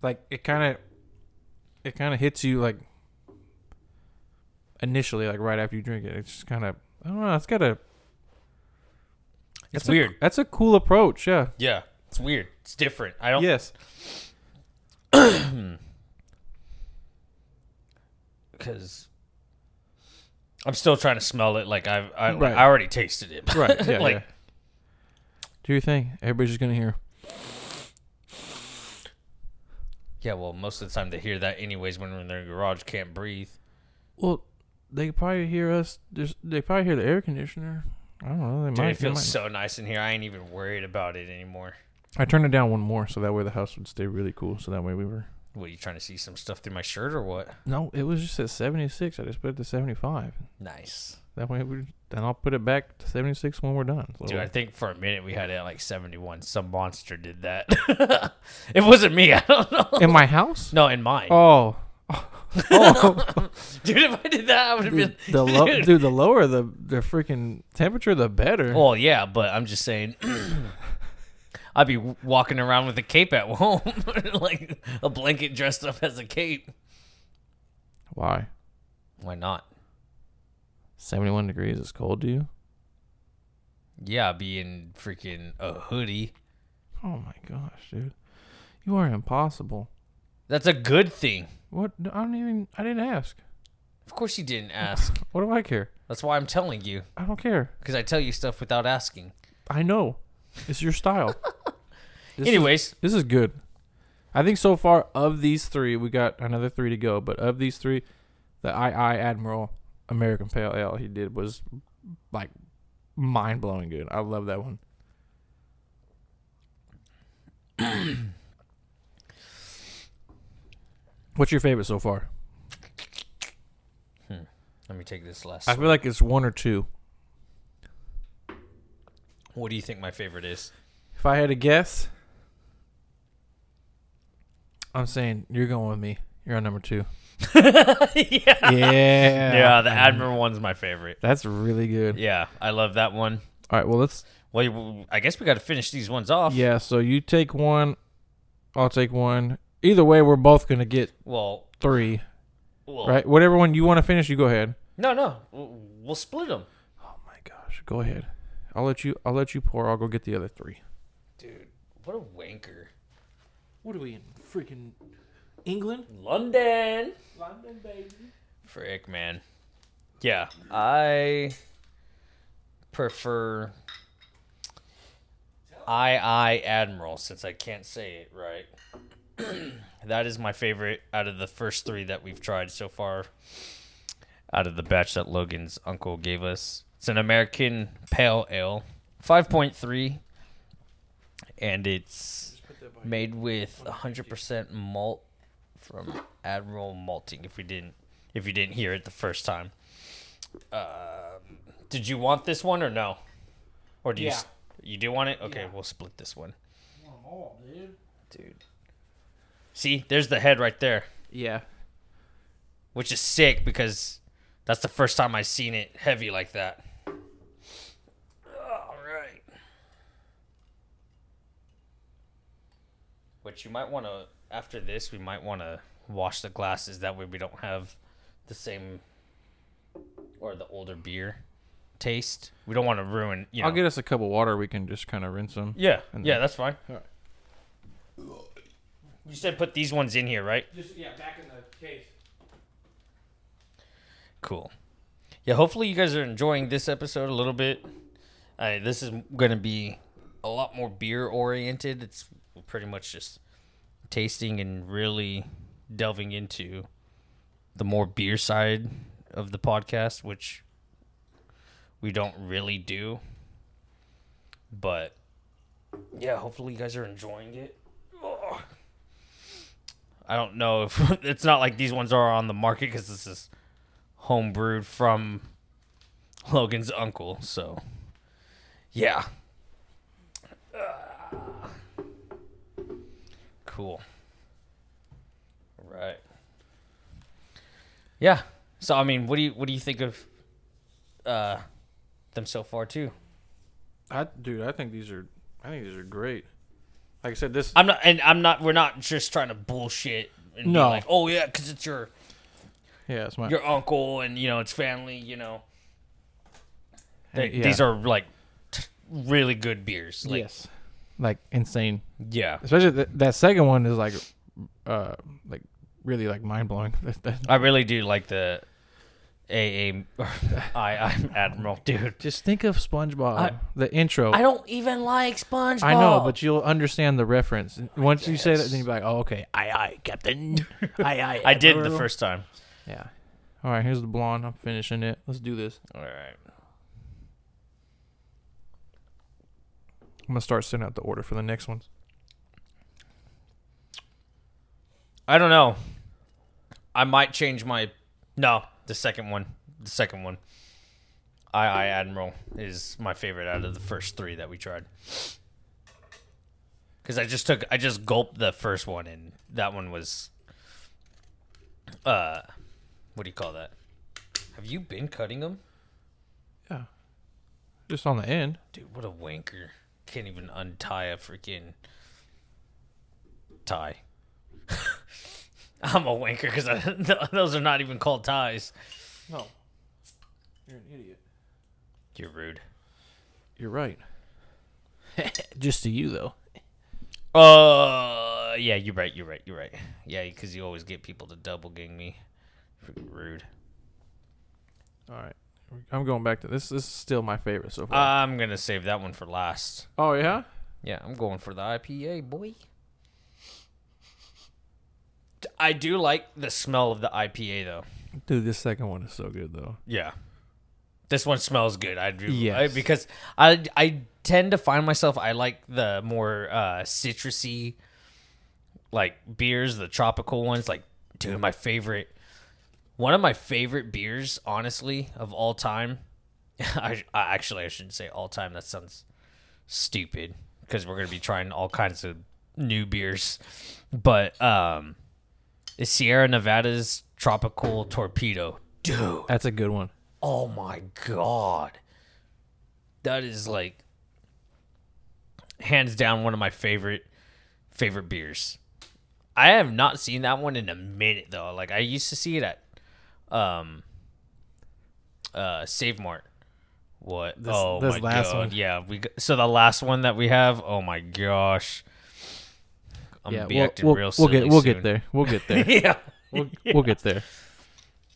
Like it kind of, it kind of hits you like initially, like right after you drink it. It's just kind of, I don't know. It's got a.
It's
that's a-
weird.
that's a cool approach. Yeah.
Yeah, it's weird. It's different. I don't.
Yes.
because I'm still trying to smell it. Like I've I,
Right.
I already tasted it.
Right. Yeah.
Like-
yeah. Do your thing. Everybody's just gonna hear.
yeah. Well, most of the time they hear that anyways when they're in their garage, can't breathe.
Well, they probably hear us. There's, they probably hear the air conditioner. I don't know. They
Dude,
might.
it
they might
feels so nice in here. I ain't even worried about it anymore.
I turned it down one more, so that way the house would stay really cool. So that way we were.
What you trying to see some stuff through my shirt or what?
No, it was just at seventy six. I just put it to seventy five.
Nice,
That way we. Then I'll put it back to seventy six when we're done. So
dude. I think for a minute we had it at like seventy one. Some monster did that. it wasn't me. I don't know.
in my house.
No, in mine,
Oh. Oh,
dude. If I did that, I would have been.
dude, the lo- dude. the lower the the freaking temperature, the better.
Well, yeah, but I'm just saying. I'd be w- walking around with a cape at home, like a blanket dressed up as a cape.
Why?
Why not?
Seventy one degrees is cold to you?
Yeah, I'd be in freaking a hoodie.
Oh my gosh, dude, you are impossible.
That's a good thing.
What? I don't even. I didn't ask.
Of course you didn't ask.
What do I care?
That's why I'm telling you,
I don't care.
because I tell you stuff without asking.
I know. It's your style. This is-
Anyways,
This is good. I think so far of these three, we got another three to go. But of these three, the II Admiral American Pale Ale he did was like mind blowing good. I love that one. What's your favorite so far?
let me take this last.
I feel like it's one or two.
what do you think my favorite is?
If I had to guess, I'm saying you're going with me. You're on number two.
yeah.
Yeah.
Yeah, the Admiral one's my favorite.
That's really good.
Yeah, I love that one.
All right. Well, let's.
Well, you- I guess we got to finish these ones off.
Yeah. So you take one. I'll take one. Either way, we're both gonna get
Well,
three,
well
right? Whatever one you want to finish, you go ahead.
No, no. We'll, we'll split them.
Oh my gosh. Go ahead. I'll let you. I'll let you pour. I'll go get the other three.
Dude, what a wanker.
What are we in freaking England?
London.
London, baby.
Frick, man. Yeah, I prefer I I Admiral since I can't say it right. that is my favorite out of the first three that we've tried so far. Out of the batch that Logan's uncle gave us, it's an American Pale Ale, five point three, and it's made with hundred percent malt from Admiral Malting. If we didn't, if you didn't hear it the first time, um, did you want this one or no? Or do you s- you do want it? Okay, we'll split this one, dude. See, there's the head right there,
Yeah.
which is sick because that's the first time I seen it heavy like that. All right. Which you might want to after this, we might want to wash the glasses. That way, we don't have the same or the older beer taste. We don't want to ruin. You know.
I'll get us a cup of water. We can just kind of rinse them.
Yeah,
And
yeah,
then-
that's fine.
Alright.
You said put these ones in here, right?
Just yeah, back in the case.
Cool. Yeah, hopefully you guys are enjoying this episode a little bit. Uh, this is going to be a lot more beer oriented. It's pretty much just tasting and really delving into the more beer side of the podcast, which we don't really do. But yeah, hopefully you guys are enjoying it. Ugh. I don't know if it's not like these ones are on the market because this is homebrewed from Logan's uncle. So, yeah. Ah. Cool. Right. Yeah. So I mean, what do you what do you think of uh them so far too?
I dude, I think these are. I think these are great. Like I said, this.
I'm not and I'm not we're not just trying to bullshit and
No.
be like, "Oh yeah, cuz it's your
yeah, it's my.
your uncle and you know it's family you know They-
Uh, Yeah.
these are like t- really good beers like
yes. Like insane.
yeah
especially th- that second one is like uh like really like mind blowing
i really do like the aa i i'm admiral dude
just think of spongebob
I-
the intro
i don't even like spongebob
I know but you'll understand the reference once you say that then you'll be like oh okay
Aye, aye, Captain. aye, aye.
i did the
Admiral.
first time
yeah all right here's the blonde i'm finishing it let's do this
all right
i'm gonna start sending out the order for the next ones
i don't know i might change my no the second one the second one i i admiral is my favorite out of the first three that we tried because I just took I just gulped the first one and that one was uh what do you call that? Have you been cutting them?
yeah just on the end
Dude, what a wanker. Can't even untie a freaking tie. I'm a wanker because those are not even called ties.
no you're an idiot
You're rude.
you're right just to you though
Uh, yeah, you're right. You're right. You're right. Yeah, because you always get people to double gang me. Freaking rude.
All right. I'm going back to this. This is still my favorite so far.
I'm gonna save that one for last.
Uh, oh yeah.
Yeah, I'm going for the IPA, boy. I do like the smell of the IPA though.
Dude, this second one is so good though.
Yeah. This one smells good. I do
Yes.
I- because I I tend to find myself I like the more uh citrusy like beers, the tropical ones like dude, my favorite one of my favorite beers honestly of all time. I, I actually I shouldn't say all time. That sounds stupid because we're going to be trying all kinds of new beers. But um is Sierra Nevada's tropical torpedo. Dude,
That's a good one.
Oh my god. That is like hands down one of my favorite favorite beers. I have not seen that one in a minute though. Like I used to see it at um uh Save Mart. What?
This-
oh
this
my
last
god.
one.
Yeah, we g- so the last one that we have, oh my gosh. I'm gonna be
we'll,
acting
we'll-
real
we'll
silly
get we'll
soon.
get there. We'll get there.
yeah.
We'll, we'll get there.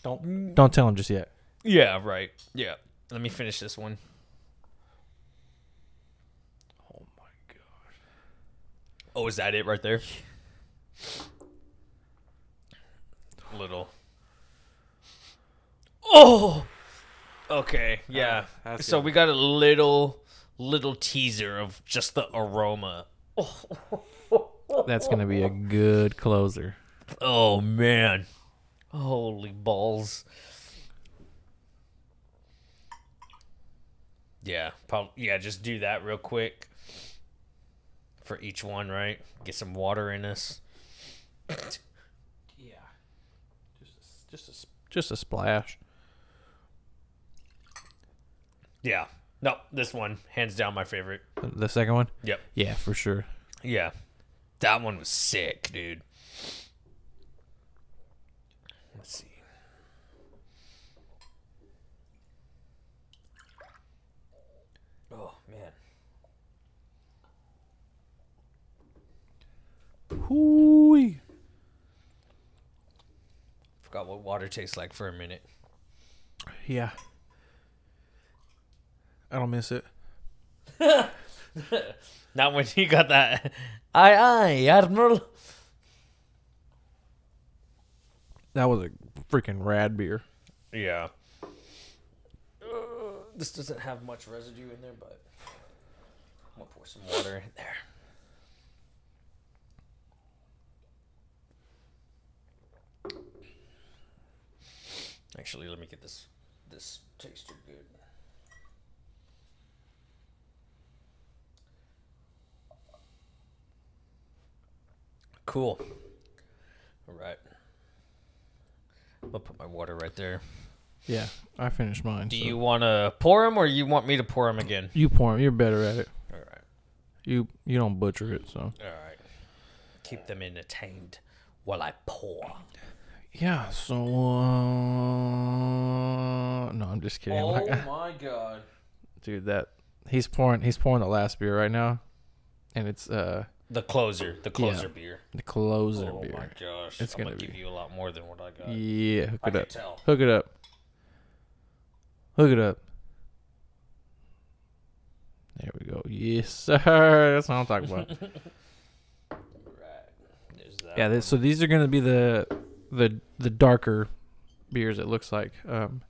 Don't don't tell him just yet.
Yeah, right. Yeah. Let me finish this one.
Oh my god.
Oh, is that it right there? Little. Oh. Okay. Yeah.
that's
so we got a little little teaser of just the aroma.
That's gonna be a good closer.
Oh man. Holy balls. Yeah, prob- yeah, just do that real quick for each one, right? Get some water in us.
Yeah. Just a, just a just a splash.
Yeah. No, this one hands down my favorite.
The second one.
Yep.
Yeah, for sure.
Yeah. That one was sick, dude. Let's see. Oh, man.
Hooey.
Forgot what water tastes like for a minute.
Yeah. I don't miss it.
Not when you got that. Aye, aye, Admiral.
That was a freaking rad beer.
Yeah. this doesn't have much residue in there, but I'm gonna pour some water in there. Actually, let me get this this taster good. Cool. All right. I'm gonna put my water right there.
Yeah, I finished mine.
Do
so-
you want to pour them, or you want me to pour them again?
You pour 'em, You're better at it.
All right,
You you don't butcher it. So
all right. Keep them entertained while I pour.
yeah. So uh, no, I'm just kidding. Like,
my god!
dude, that he's pouring he's pouring the last beer right now, and it's uh
The closer, the closer beer.
the closer
Oh my
beer.
gosh!
It's
I'm gonna,
gonna
give
be-
you a lot more than what I got.
Yeah, hook
I
it
can
up.
tell.
Hook it up. Hook it up. There we go. Yes, sir. That's what I'm talking about.
Right. There's that.
Yeah, this, so these are going to be the the the darker beers. It looks like, um,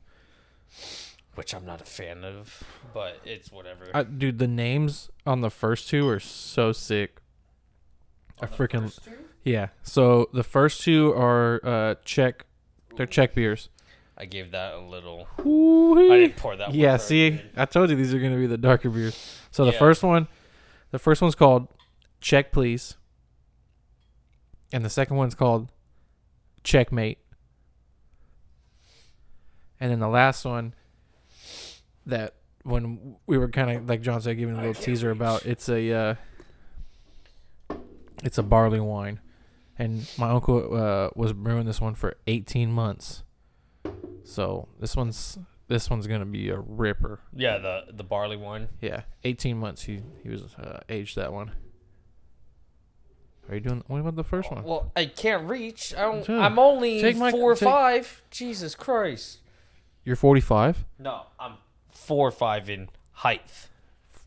Which I'm not a fan of, but it's whatever.
I, dude. The names on the first two are so sick. I freaking yeah. So the first two are uh, Czech. They're Czech beers.
I gave that a little. I
Woo-wee.
didn't pour that. one
Yeah,
very
see,
good.
I told you these are going to be the darker beers. So the
Yeah.
first one, the first one's called Check Please, and the second one's called Checkmate, and then the last one that when we were kind of like John said, giving a little teaser about it's a uh, it's a barley wine, and my uncle uh, was brewing this one for 18 months. So this one's this one's gonna be a ripper.
Yeah, the the barley one.
Yeah, 18 months he he was uh, aged that one. Are you doing? What about the first one?
Well, I can't reach. I don't.
Dude,
I'm only
take my-
four or
take-
five. Jesus Christ!
You're 45,
No, I'm four five in height.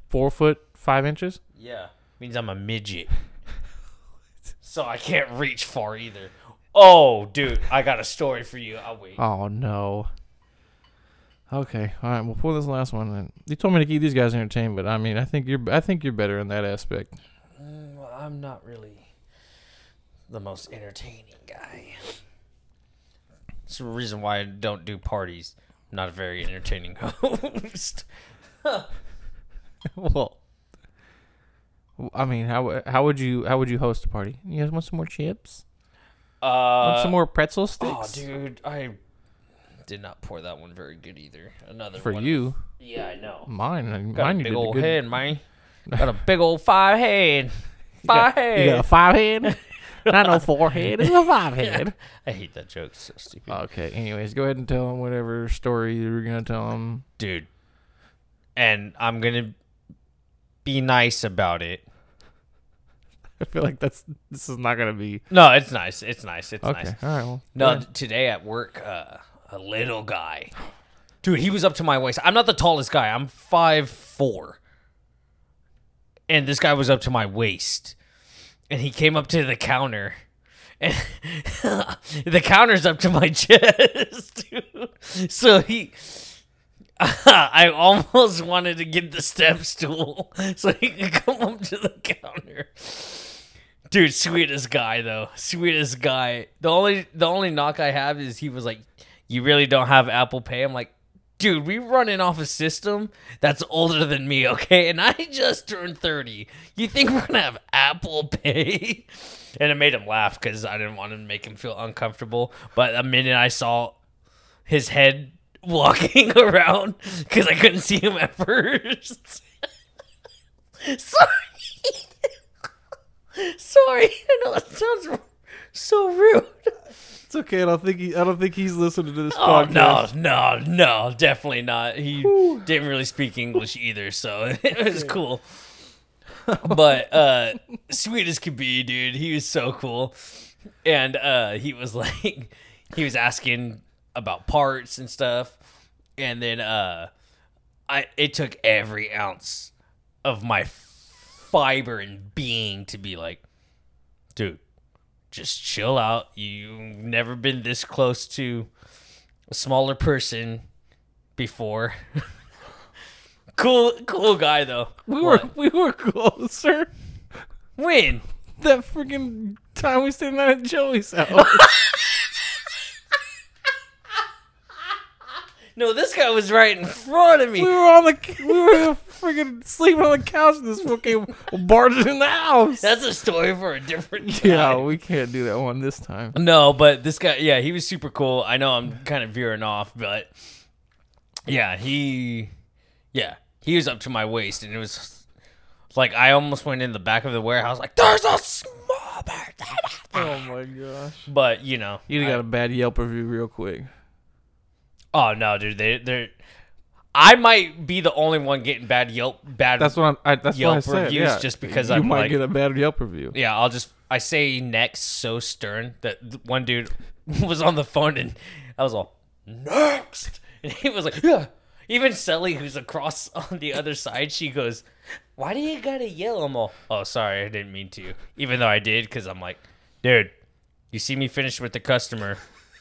four foot five inches.
Yeah, means I'm a midget. so I can't reach far either. Oh, dude, I got a story for you. I'll wait.
Oh no. Okay, all right. We'll pull this last one. Then you told me to keep these guys entertained, but I mean, I think you're, I think you're better in that aspect.
Mm, Well, I'm not really the most entertaining guy. It's the reason why I don't do parties. I'm not a very entertaining host.
well, I mean, how how would you how would you host a party? You guys want some more chips?
Uh,
want some more pretzel
oh,
sticks?
dude, I did not pour that one very good either. Another
For
one.
you,
Yeah, I know.
mine, mine
Got
you did
a big
a
old
good-
head, man. Got a big old five head. Five
You got a
head.
five head, not no four head. It's a five head.
I hate that joke. It's so stupid.
Okay. Anyways, go ahead and tell them whatever story you were gonna tell them.
Dude. And I'm going to be nice about it.
I feel like that's this is not gonna be
No, it's nice. It's nice. It's
okay.
nice.
All right. Well,
No, th- today at work, uh, a little guy. Dude, he was up to my waist. I'm not the tallest guy. I'm five four, and this guy was up to my waist, and he came up to the counter. And the counter's up to my chest, dude. So he, I almost wanted to get the step stool so he could come up to the counter. Dude, sweetest guy though. Sweetest guy. The only the only knock I have is he was like, "You really don't have Apple Pay." I'm like, "Dude, we running off a system that's older than me, okay? And I just turned 30. You think we're going to have Apple Pay?" And it made him laugh cuz I didn't want to make him feel uncomfortable, but the minute I saw his head walking around cuz I couldn't see him at first. Sorry. Sorry, I know it sounds so rude.
it's okay. I don't think he, I don't think he's listening to this
Oh no, no, no, definitely not. He didn't really speak English either, so it was cool. But uh sweet as could be, dude. He was so cool. And uh he was like he was asking about parts and stuff. And then uh I it took every ounce of my fiber and being to be like, dude, just chill out. You've never been this close to a smaller person before. cool, cool guy though.
We were we were closer
When?
that freaking time we stayed the night at Joey's house.
No, this guy was right in front of me.
we were on the we were freaking sleeping on the couch and this fucking barges in the house.
That's a story for a different time.
yeah, we can't do that one this time.
No, but this guy, yeah, he was super cool. I know I'm kind of veering off, but yeah, he, yeah, he was up to my waist, and it was like I almost went in the back of the warehouse, like there's a small bird.
Oh my gosh.
But you know,
You got a bad Yelp review real quick.
oh no, dude, they they, I might be the only one getting bad Yelp bad.
That's what I'm. I, that's what I
Yelp
said.
reviews
yeah.
just because
you
I'm
might
like-
get a bad Yelp review.
Yeah, I'll just I say next so stern that th- one dude was on the phone and I was all next, and he was like, yeah. Even Sally, who's across on the other side, she goes, "Why do you gotta yell?" I'm all, "Oh, sorry, I didn't mean to." Even though I did, because I'm like, dude, you see me finish with the customer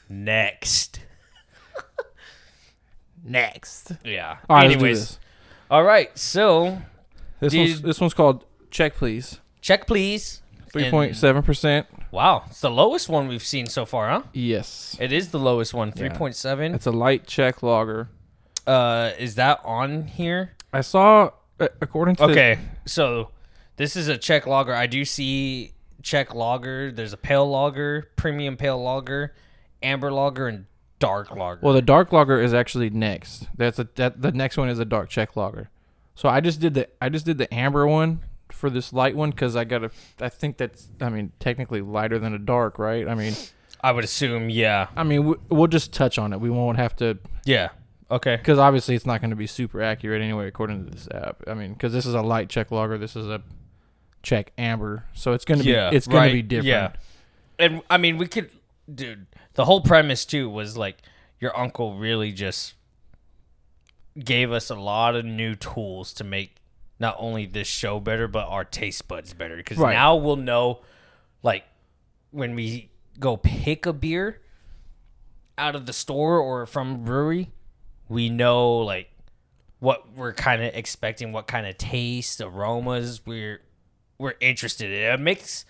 next.
Next.
Yeah.
All right.
Anyways,
let's do
all right. So
this. This, one's,
Did-
this one's called check please.
check, please.
Three point seven percent.
Wow, it's the lowest one we've seen so far, huh?
Yes.
It is the lowest one, three point seven.
It's a light check logger.
Uh, is that on here?
I saw, uh, according to
Okay, so this is a check logger. I do see check logger. There's a pale logger, premium pale logger, amber logger, and dark logger.
well, the dark logger is actually next. That's a that the next one is a dark check logger. So I just did the I just did the amber one for this light one because I got a I think that's I mean technically lighter than a dark, right? I mean,
I would assume, yeah,
I mean we, we'll just touch on it. We won't have to
yeah, okay,
because obviously it's not going to be super accurate anyway according to this app. I mean, because this is a light check logger, this is a check amber, so it's gonna
yeah.
be it's gonna
right,
be different.
Yeah, and I mean we could, dude. The whole premise too was like your uncle really just gave us a lot of new tools to make not only this show better but our taste buds better because
Right.
now we'll know like when we go pick a beer out of the store or from a brewery we know like what we're kind of expecting what kind of taste aromas we're we're interested in it makes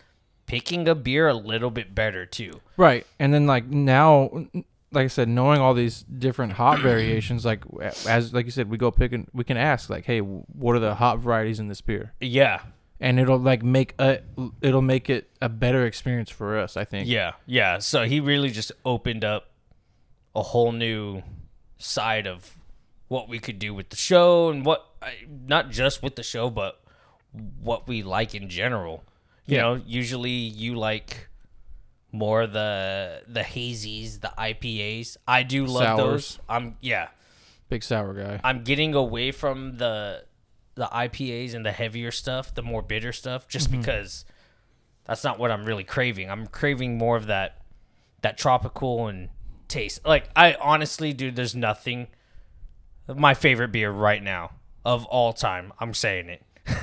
picking a beer a little bit better too
Right. And then like now like I said knowing all these different hop variations like as like you said we go pick and we can ask like hey what are the hop varieties in this beer?
yeah
And it'll like make a it'll make it a better experience for us, I think.
Yeah, yeah. So he really just opened up a whole new side of what we could do with the show and what I- not just with the show, but what we like in general. You
Yeah.
know, usually you like more the the hazies, the IPAs. I do love those.
Sours.
I'm yeah.
Big sour guy.
I'm getting away from the the IPAs and the heavier stuff, the more bitter stuff, just because that's not what I'm really craving. I'm craving more of that that tropical and taste. Like I honestly, dude, there's nothing my favorite beer right now of all time. I'm saying it.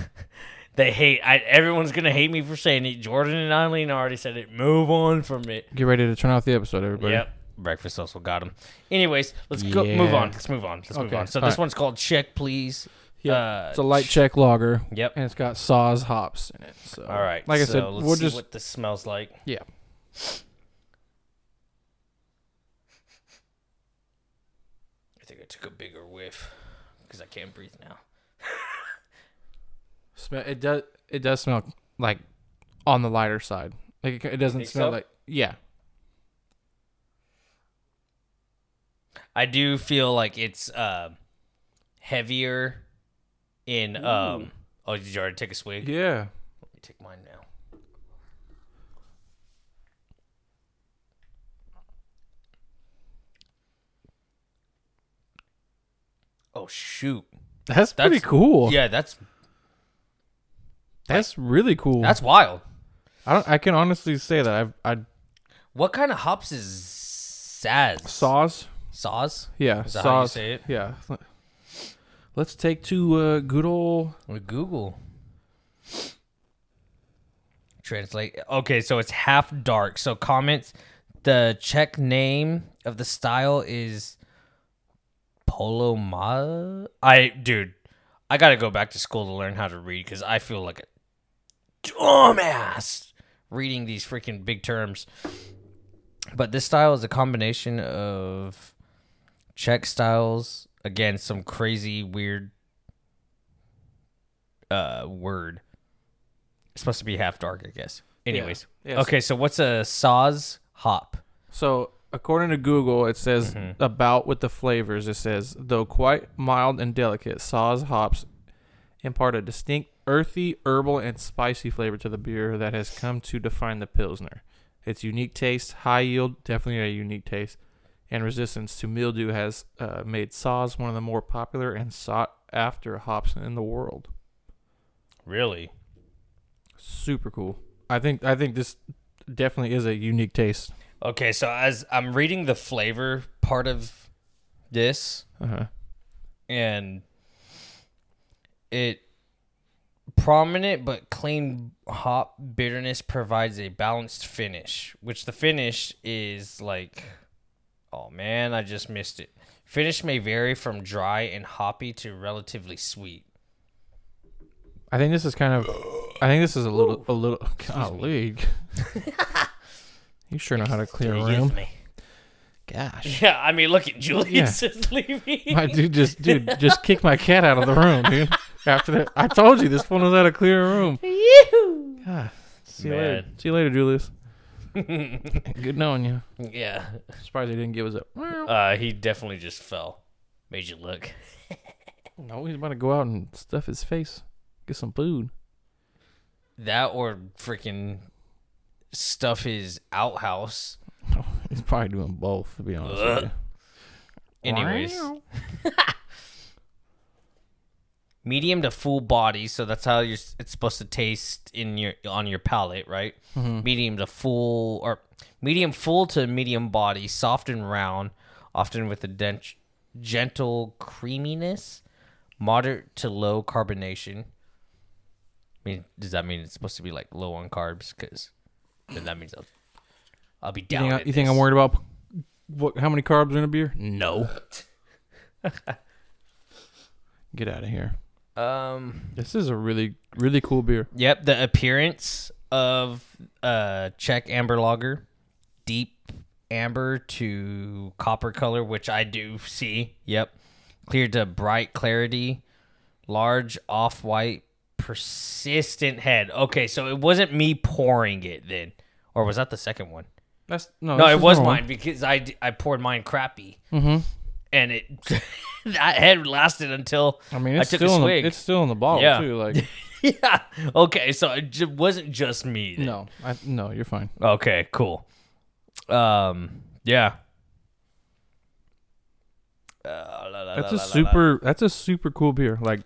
they hate. I, everyone's gonna hate me for saying it. Jordan and Eileen already said it. Move on from it.
Get ready to turn off the episode everybody.
Yep. Breakfast also got him. Anyways, let's go move
Yeah.
on. Let's move on. Let's move
Okay,
on. So
all
this
right.
one's called Check Please.
Yeah.
Uh,
it's a light check lager.
Yep.
And it's got Saw's hops in it. So
all right.
Like I
so
said,
let's
we'll
see
just
what this smells like.
yeah.
I think I took a bigger whiff because I can't breathe now.
Smell it does it does smell like on the lighter side. Like it, it doesn't
Think
smell
so?
like yeah.
I do feel like it's uh, heavier in. um Oh, did you already take a swig?
Yeah.
Let me take mine now. Oh shoot.
That's,
That's-
pretty cool.
Yeah, that's
That's really cool.
that's wild.
I don't, I can honestly say that I've I
What kind of hops is Saz?
saws.
Saws?
Yeah,
that how you
saws.
say it?
Yeah. Let's take to uh, good old
Or Google. Translate. Okay, so it's half dark. So comments. The Czech name of the style is Polo Ma. I dude, I gotta go back to school to learn how to read because I feel like a dumbass reading these freaking big terms. But this style is a combination of Czech styles. Again, some crazy weird uh word. It's supposed to be half dark, I guess. Anyways.
Yeah,
okay, so what's a saws hop?
So, according to Google, it says about with the flavors. It says, though quite mild and delicate, Saw's hops impart a distinct earthy, herbal, and spicy flavor to the beer that has come to define the Pilsner. Its unique taste, high yield, definitely a unique taste, and resistance to mildew has uh, made Saw's one of the more popular and sought after hops in the world.
Really?
Super cool. I think I think this definitely is a unique taste.
Okay, so as I'm reading the flavor part of this
Uh-huh.
and it prominent but clean hop bitterness provides a balanced finish, which the finish is like oh man, I just missed it. Finish may vary from dry and hoppy to relatively sweet.
I think this is kind of. I think this is a little, a little. Golly, you sure know how to clear a room. Gosh,
Yeah, I mean, look at Julius is leaving.
my dude, just dude, just kick my cat out of the room, dude. After that, I told you this one was how to clear a room. God. See you later.
Man.
See you later, Julius. Good knowing you.
yeah,
Surprised he didn't give us up.
uh, he definitely just fell. Made you look.
No, he's about to go out and stuff his face, get some food.
That or freaking stuff his outhouse.
He's probably doing both, to be honest with you.
Anyways, medium to full body, so that's how you're. It's supposed to taste in your on your palate, right?
Mm-hmm.
Medium to full or medium full to medium body, soft and round, often with a dent, gentle creaminess, moderate to low carbonation. I mean, does that mean it's supposed to be like low on carbs? Because then that means I'll, I'll be
You
down.
think, I,
at
you think I'm
this.
worried about what? How many carbs are in a beer? No. Get out of here.
Um.
This is a really, really cool beer.
Yep, the appearance of uh Czech amber lager, deep amber to copper color, which I do see. Yep, clear to bright clarity, large off white, persistent head. Okay, so it wasn't me pouring it then, or was that the second one?
That's no.
No,
this
it
is
was
normal.
mine because I, d- I poured mine crappy, mm-hmm. and it that head lasted until
I mean, it's
I took
still
a
in
swig.
the it's still in the bottle
Yeah.
too. Like
yeah. Okay, so it j- wasn't just me. Then.
no, I, no, you're fine.
Okay, cool. Um, yeah. Uh, la,
That's a
la, la, la, la, la.
super. That's a super cool beer. Like,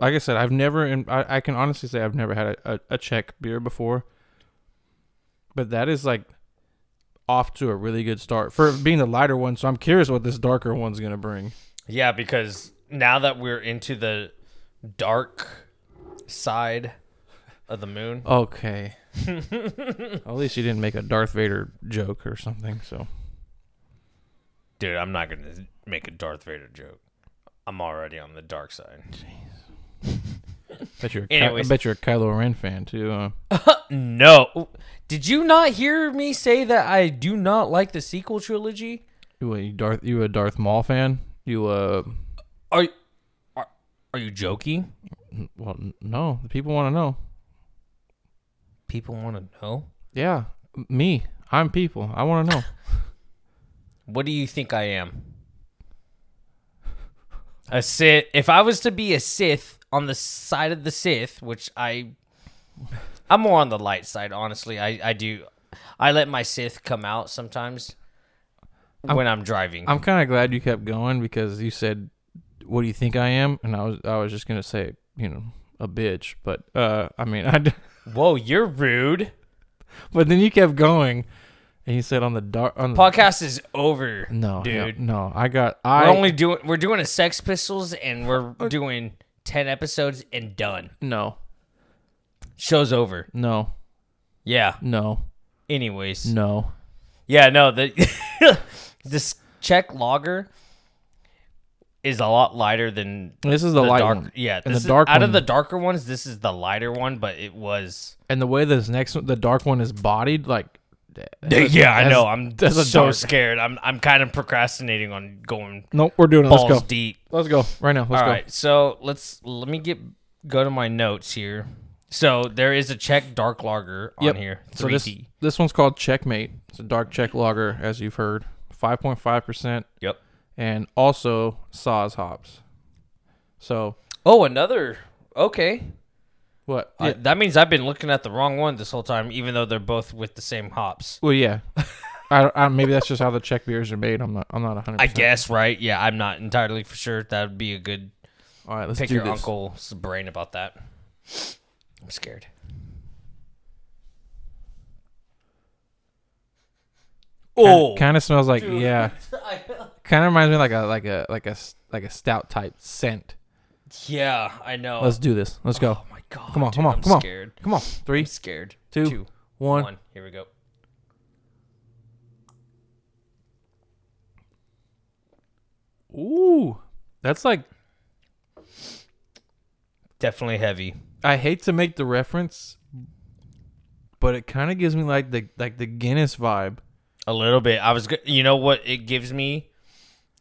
like I said, I've never, and I, I can honestly say I've never had a, a, a Czech beer before. But that is like off to a really good start for it being the lighter one. So I'm curious what this darker one's gonna bring.
Yeah, because now that we're into the dark side of the moon,
Okay. At least you didn't make a Darth Vader joke or something. So
dude, I'm not gonna make a Darth Vader joke. I'm already on the dark side.
bet you're. A Ky- I
Anyways.
bet you're a Kylo Ren fan too. Huh?
No, did you not hear me say that I do not like the sequel trilogy?
You a Darth? You a Darth Maul fan? You uh?
Are are, are you joking?
Well, n- no. The people want to know.
People want to know.
Yeah, m- me. I'm people. I want to know.
What do you think I am? A Sith. If I was to be a Sith on the side of the Sith, which I, I'm more on the light side. Honestly, I I do, I let my Sith come out sometimes when I'm driving.
I'm kind of glad you kept going because you said, "What do you think I am?" And I was, I was just gonna say, you know, a bitch. But uh, I mean, I. d-
Whoa, you're rude.
But then you kept going, and you said on the dark on the
Podcast is over.
no, yeah,
dude.
no. I got. I
We're only doing we're doing a Sex Pistols and we're doing ten episodes and done.
no,
Show's over.
no,
Yeah.
no,
Anyways.
no.
Yeah, no, the this Czech lager is a lot lighter than
This is the,
the
light
dark.
one.
Yeah, this
and the
is-
dark
out
one-
of the darker ones, this is the lighter one, but it was.
and the way this next one, the dark one, is bodied like.
yeah, I
that's-
know. I'm
that's a
so
dark.
scared. I'm I'm kind of procrastinating on going
Nope, we're doing it. Let's
balls
go.
deep.
Let's go right now. Let's
All
go.
right, so let's let me get go to my notes here. So there is a Czech dark lager on
Yep.
here. 3D.
So this this one's called Checkmate. It's a dark Czech lager, as you've heard, five point five percent,
yep.
and also Saz hops. So
Oh, another. Okay,
what?
I-
Yeah.
that means I've been looking at the wrong one this whole time, even though they're both with the same hops.
well, yeah. I, I, maybe that's just how the Czech beers are made. I'm not. I'm not 100.
I guess, right? Yeah, I'm not entirely for sure. That would be a good
All right, let's
pick
do
your
this.
uncle's brain about that. I'm scared. Oh,
Kind of smells like yeah. Kind of reminds me like a like a like a s- like a stout type scent.
yeah, I know.
Let's do this. Let's go.
oh my god!
Come on,
dude,
come on,
I'm
come on.
Scared.
Come on. Three,
I'm scared.
two,
two,
one.
one. Here we go.
Ooh, that's like
Definitely heavy.
I hate to make the reference, but it kind of gives me like the like the Guinness vibe.
A little bit. I was. go- You know what it gives me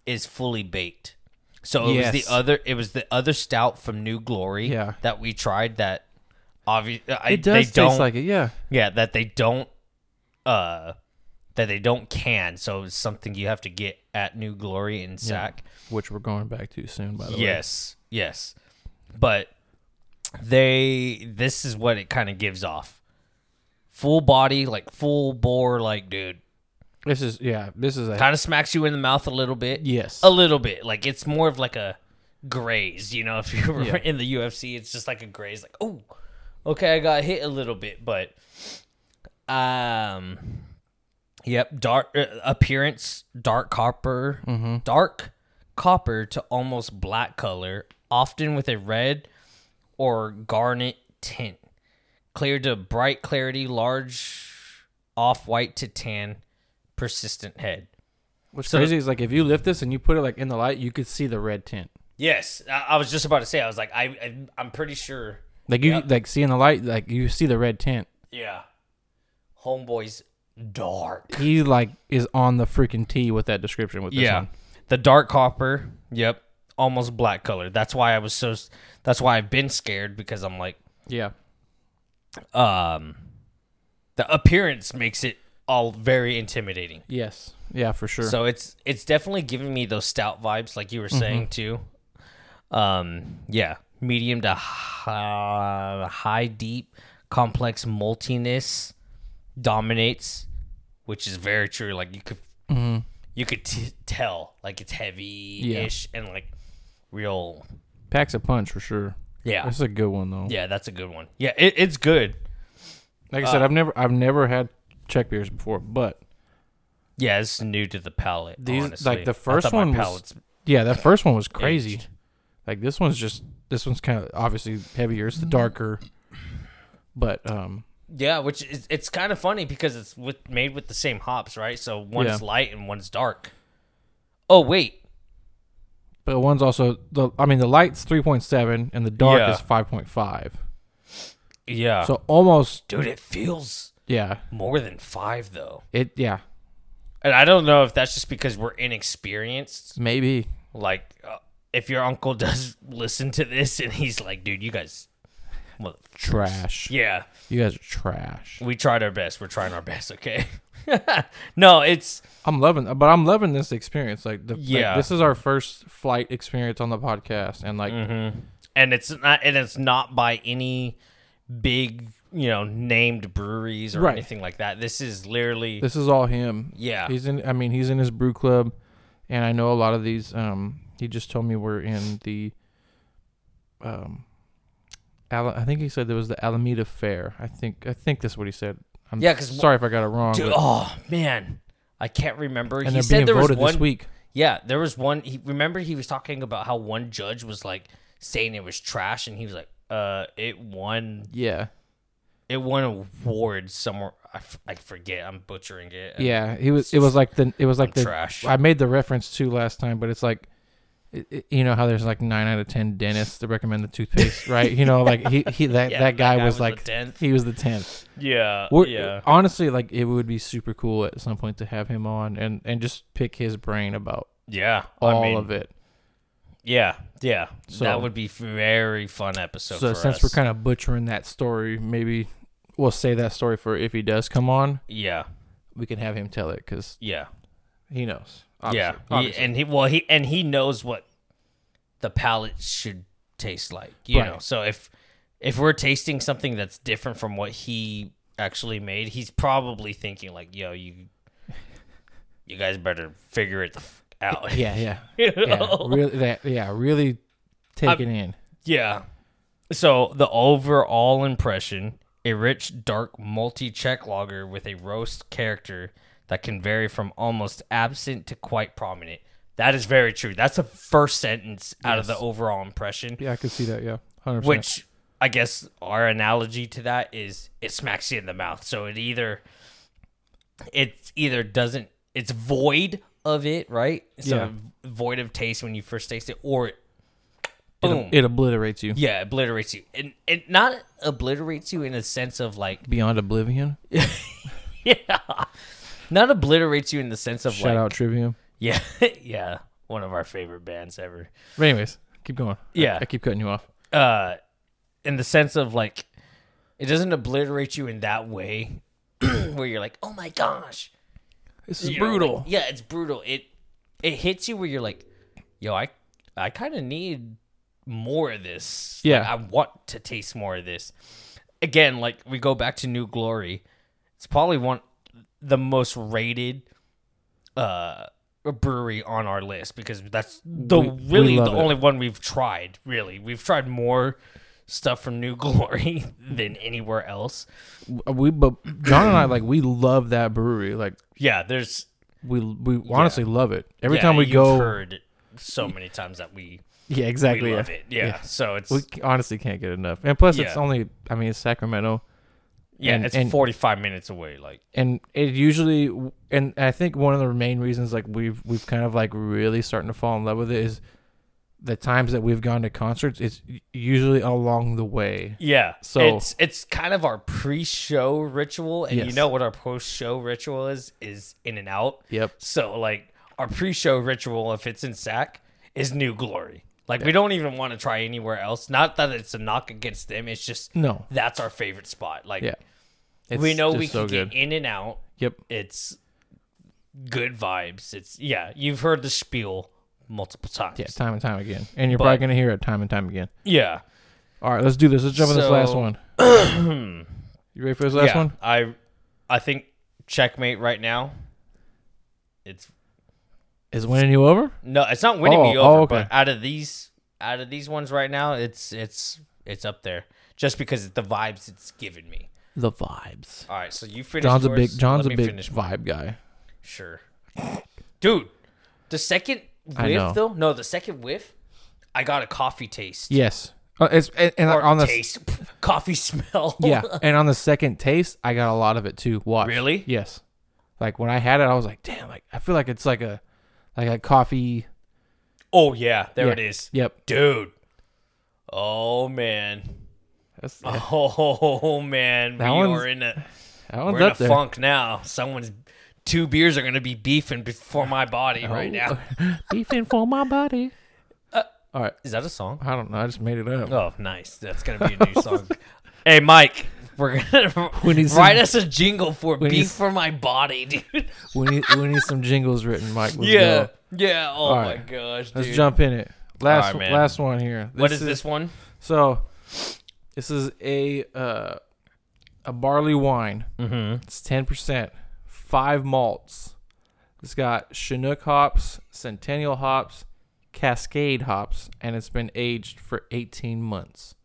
is fully baked. So it was
Yes.
the other. It was the other stout from New Glory.
Yeah.
That we tried. That obviously
It does
they
taste
don't,
like it, yeah.
Yeah. That they don't. Uh. That they don't can. So it's something you have to get at New Glory in Sac.
Which we're going back to soon, by the way.
Yes. Yes. But they. This is what it kind of gives off. Full body, like full bore, like dude.
This is yeah. This is a
Kind of smacks you in the mouth a little bit.
yes.
A little bit. Like it's more of like a graze, you know, if you were in the UFC, it's just like a graze, like, oh, okay, I got hit a little bit, but um Yep, dark uh, appearance, dark copper, dark copper to almost black color, often with a red or garnet tint. Clear to bright clarity, large off-white to tan, persistent head.
What's
So-
crazy is like if you lift this and you put it like in the light, you could see the red tint.
Yes, I, I was just about to say. I was like, I, I I'm pretty sure.
Like you
Yep.
like seeing the light, like you see the red tint.
Yeah, homeboy's dark.
He like is on the freaking tee with that description with this
yeah.
one.
The dark copper. Yep. Almost black color. That's why I was so that's why I've been scared because I'm like
Yeah.
um the appearance makes it all very intimidating.
Yes. Yeah, for sure. Mm-hmm.
So it's it's definitely giving me those stout vibes like you were saying too. Um yeah, medium to high, high deep complex maltiness dominates, which is very true like you could
Mm-hmm.
you could t- tell like it's heavy-ish and like real
Packs a punch for sure.
yeah.
That's a good one though.
Yeah, that's a good one. Yeah, it, it's good.
Like
Uh,
I said, I've never I've never had check beers before, but
Yeah, it's new to the palate.
These-
honestly.
like, the
I
first
thought my
one was-
palate's-
yeah, that first one was crazy.
Aged.
Like this one's just this one's kind of obviously heavier. It's the darker, but um,
Yeah, which is it's kind of funny because it's with made with the same hops, right? So one's
Yeah.
light and one's dark. Oh wait,
but one's also the I mean the light's three point seven and the dark
Yeah.
is five point five.
yeah,
So almost
dude, it feels
yeah,
more than five though,
it yeah
and I don't know if that's just because we're inexperienced.
maybe
Like, uh, if your uncle does listen to this and he's like, "Dude, you guys," well,
trash.
yeah,
You guys are trash.
we tried our best. We're trying our best, okay? no, it's
I'm loving, but I'm loving this experience. Like the like,
Yeah.
this is our first flight experience on the podcast, and like
Mm-hmm. and it's not and it's not by any big you know named breweries or
Right.
anything like that this is literally
This is all him.
Yeah.
He's in I mean, he's in his brew club and I know a lot of these um he just told me we're in the um Ala- I think he said there was the Alameda Fair. I think I think that's what he said. I'm
Yeah, 'cause-
sorry if I got it wrong.
Dude,
but-
oh man i can't remember
and
he
they're
said
being
there was
voted
one
this week.
yeah there was one he remember he was talking about how one judge was like saying it was trash and he was like uh it won
Yeah.
it won awards somewhere I, f- I forget i'm butchering it
Yeah, he was it was like the it was like the
trash.
I made the reference to last time, but it's like it- it- you know how there's like nine out of ten dentists that recommend the toothpaste, right? You know, like he, he that,
Yeah,
that guy was,
the
like
10th.
he was the tenth.
yeah
We're,
yeah
Honestly, like it would be super cool at some point to have him on and and just pick his brain about
yeah
all
I mean,
of it.
yeah yeah
So-
that would be very fun episode
So
for
since
us.
we're kind of butchering that story, maybe we'll say that story for if he does come on,
yeah
we can have him tell it because
Yeah,
he knows.
yeah,
obviously-
He-
obviously.
and he well he and he knows what the palate should taste like, you know.
Right.
So if if we're tasting something that's different from what he actually made, he's probably thinking like, "Yo, you you guys better figure it the f- out."
yeah, yeah,
You
yeah.
know?
really, that, yeah, really take it in.
Yeah. So the overall impression a rich, dark, multi check lager with a roast character that can vary from almost absent to quite prominent. That is very true. That's the first sentence out of the overall impression,
Yeah, I could see that. Yeah, hundred percent.
which I guess our analogy to that is it smacks you in the mouth. So it either it's either doesn't it's void of it, right? So
Yeah.
void of taste when you first taste it, or it boom.
It, it obliterates you
Yeah, obliterates you, and and not obliterates you in a sense of like,
beyond oblivion.
yeah, not obliterates you in the sense of
Shout
like,
out Trivium.
yeah, yeah, one of our favorite bands ever.
But anyways, keep going. I-
Yeah.
I keep cutting you off.
Uh, in the sense of like, it doesn't obliterate you in that way, where you're like, oh my gosh,
This is
You know, like-
brutal.
yeah, it's brutal. It it hits you where you're like, yo, I I kind of need more of this. Like,
Yeah.
I want to taste more of this. Again, like we go back to New Glory. It's probably one the most rated uh brewery on our list because that's the
We- we
really the
love it.
only one we've tried, really. We've tried more stuff from New Glory than anywhere else.
We but John and I like we love that brewery. Like
Yeah, there's
we we honestly love it. Every
yeah,
time we
you've
go,
heard so many times that we,
yeah,
we
exactly. yeah.
love it. Yeah, so it's
We c- honestly can't get enough. And plus, it's
Yeah.
only I mean it's Sacramento,
yeah,
and-
it's
and-
45 minutes away. Like
and it usually and I think one of the main reasons like we've we've kind of like really starting to fall in love with it is the times that we've gone to concerts. It's u- usually along the way.
Yeah.
So-
it's it's kind of our pre-show ritual, and you
Yes.
know what our post-show ritual is is in and out.
Yep.
So like our pre-show ritual, if it's in SAC, is New Glory. Like we don't even want to try anywhere else. Not that it's a knock against them. It's just
No.
That's our favorite spot. Like
Yeah. It's
we know
just
we can
so
get
good.
in and out.
Yep.
It's good vibes. It's yeah. You've heard the spiel multiple times.
Yeah, time and time again, and you're probably
But-
gonna hear it time and time again.
Yeah.
All right, let's do this. Let's jump in this last
So-
one. you ready for this last
yeah,
one?
I I think checkmate right now. It's
Is winning you over?
no, it's not winning me
Oh,
over,
oh, okay.
but out of these out of these ones right now, it's it's it's up there just because of the vibes it's given me.
The vibes.
All right, so you finish.
John's a
yours,
big John's
let
a
me
big
finish-
vibe guy.
Sure, dude. The second
I know.
whiff though, no, the second whiff, I got a coffee taste.
Yes. Uh, it's and, and
Or
on the
taste, coffee smell.
yeah, and on the second taste, I got a lot of it too. Watch.
Really?
Yes. Like when I had it, I was like, damn. Like I feel like it's like a like a coffee.
Oh yeah, there
Yeah.
it is,
Yep.
dude. Oh man.
That's,
Oh man,
That
we
one's-
are in a
that one's
we're in a
up there.
funk now. Someone's two beers are gonna be beefing before my body
Oh.
right now.
Beefing for my body. All right.
Is that a song?
I don't know. I just made it up.
Oh, nice. That's gonna be a new song. hey, Mike, we're gonna
We need some-
write us a jingle for
need
beef
s-
for my body, dude.
We need we need some jingles written, Mike. Let's
yeah,
go.
yeah. Oh my
right.
gosh,
Let's
dude.
jump in it. Last
All right, man.
last one here.
What is this one?
So this is a uh, a barley wine. Mm-hmm. It's ten percent, five malts. It's got Chinook hops, Centennial hops, Cascade hops, and it's been aged for eighteen months.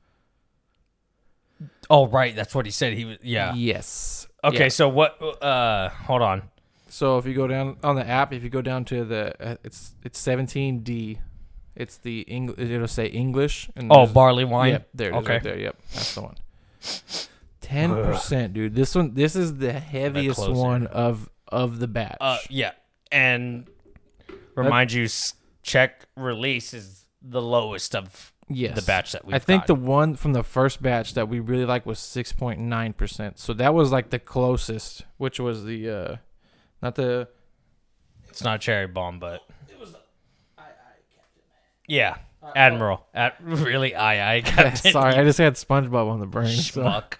Oh, right. That's what he said. He was yeah.
Yes.
Okay,
Yeah.
so what? Uh, hold on.
So if you go down on the app, if you go down to the uh, it's it's seventeen D. It's the English. It'll say English. And
Oh,
there's-
barley wine.
Yep, there it is
okay.
right there. Yep, that's the one. Ten percent, dude. This one, this is the heaviest
close
one of of the batch.
Uh, yeah, and remind you, s- check release is the lowest of
yes,
the batch that we.
I think the one from the first batch that we really liked was six point nine percent. So that was like the closest, which was the uh, not the
it's not cherry bomb, but yeah, Admiral. At really, I I Captain
sorry, I just had SpongeBob on the brain. So
Schmuck.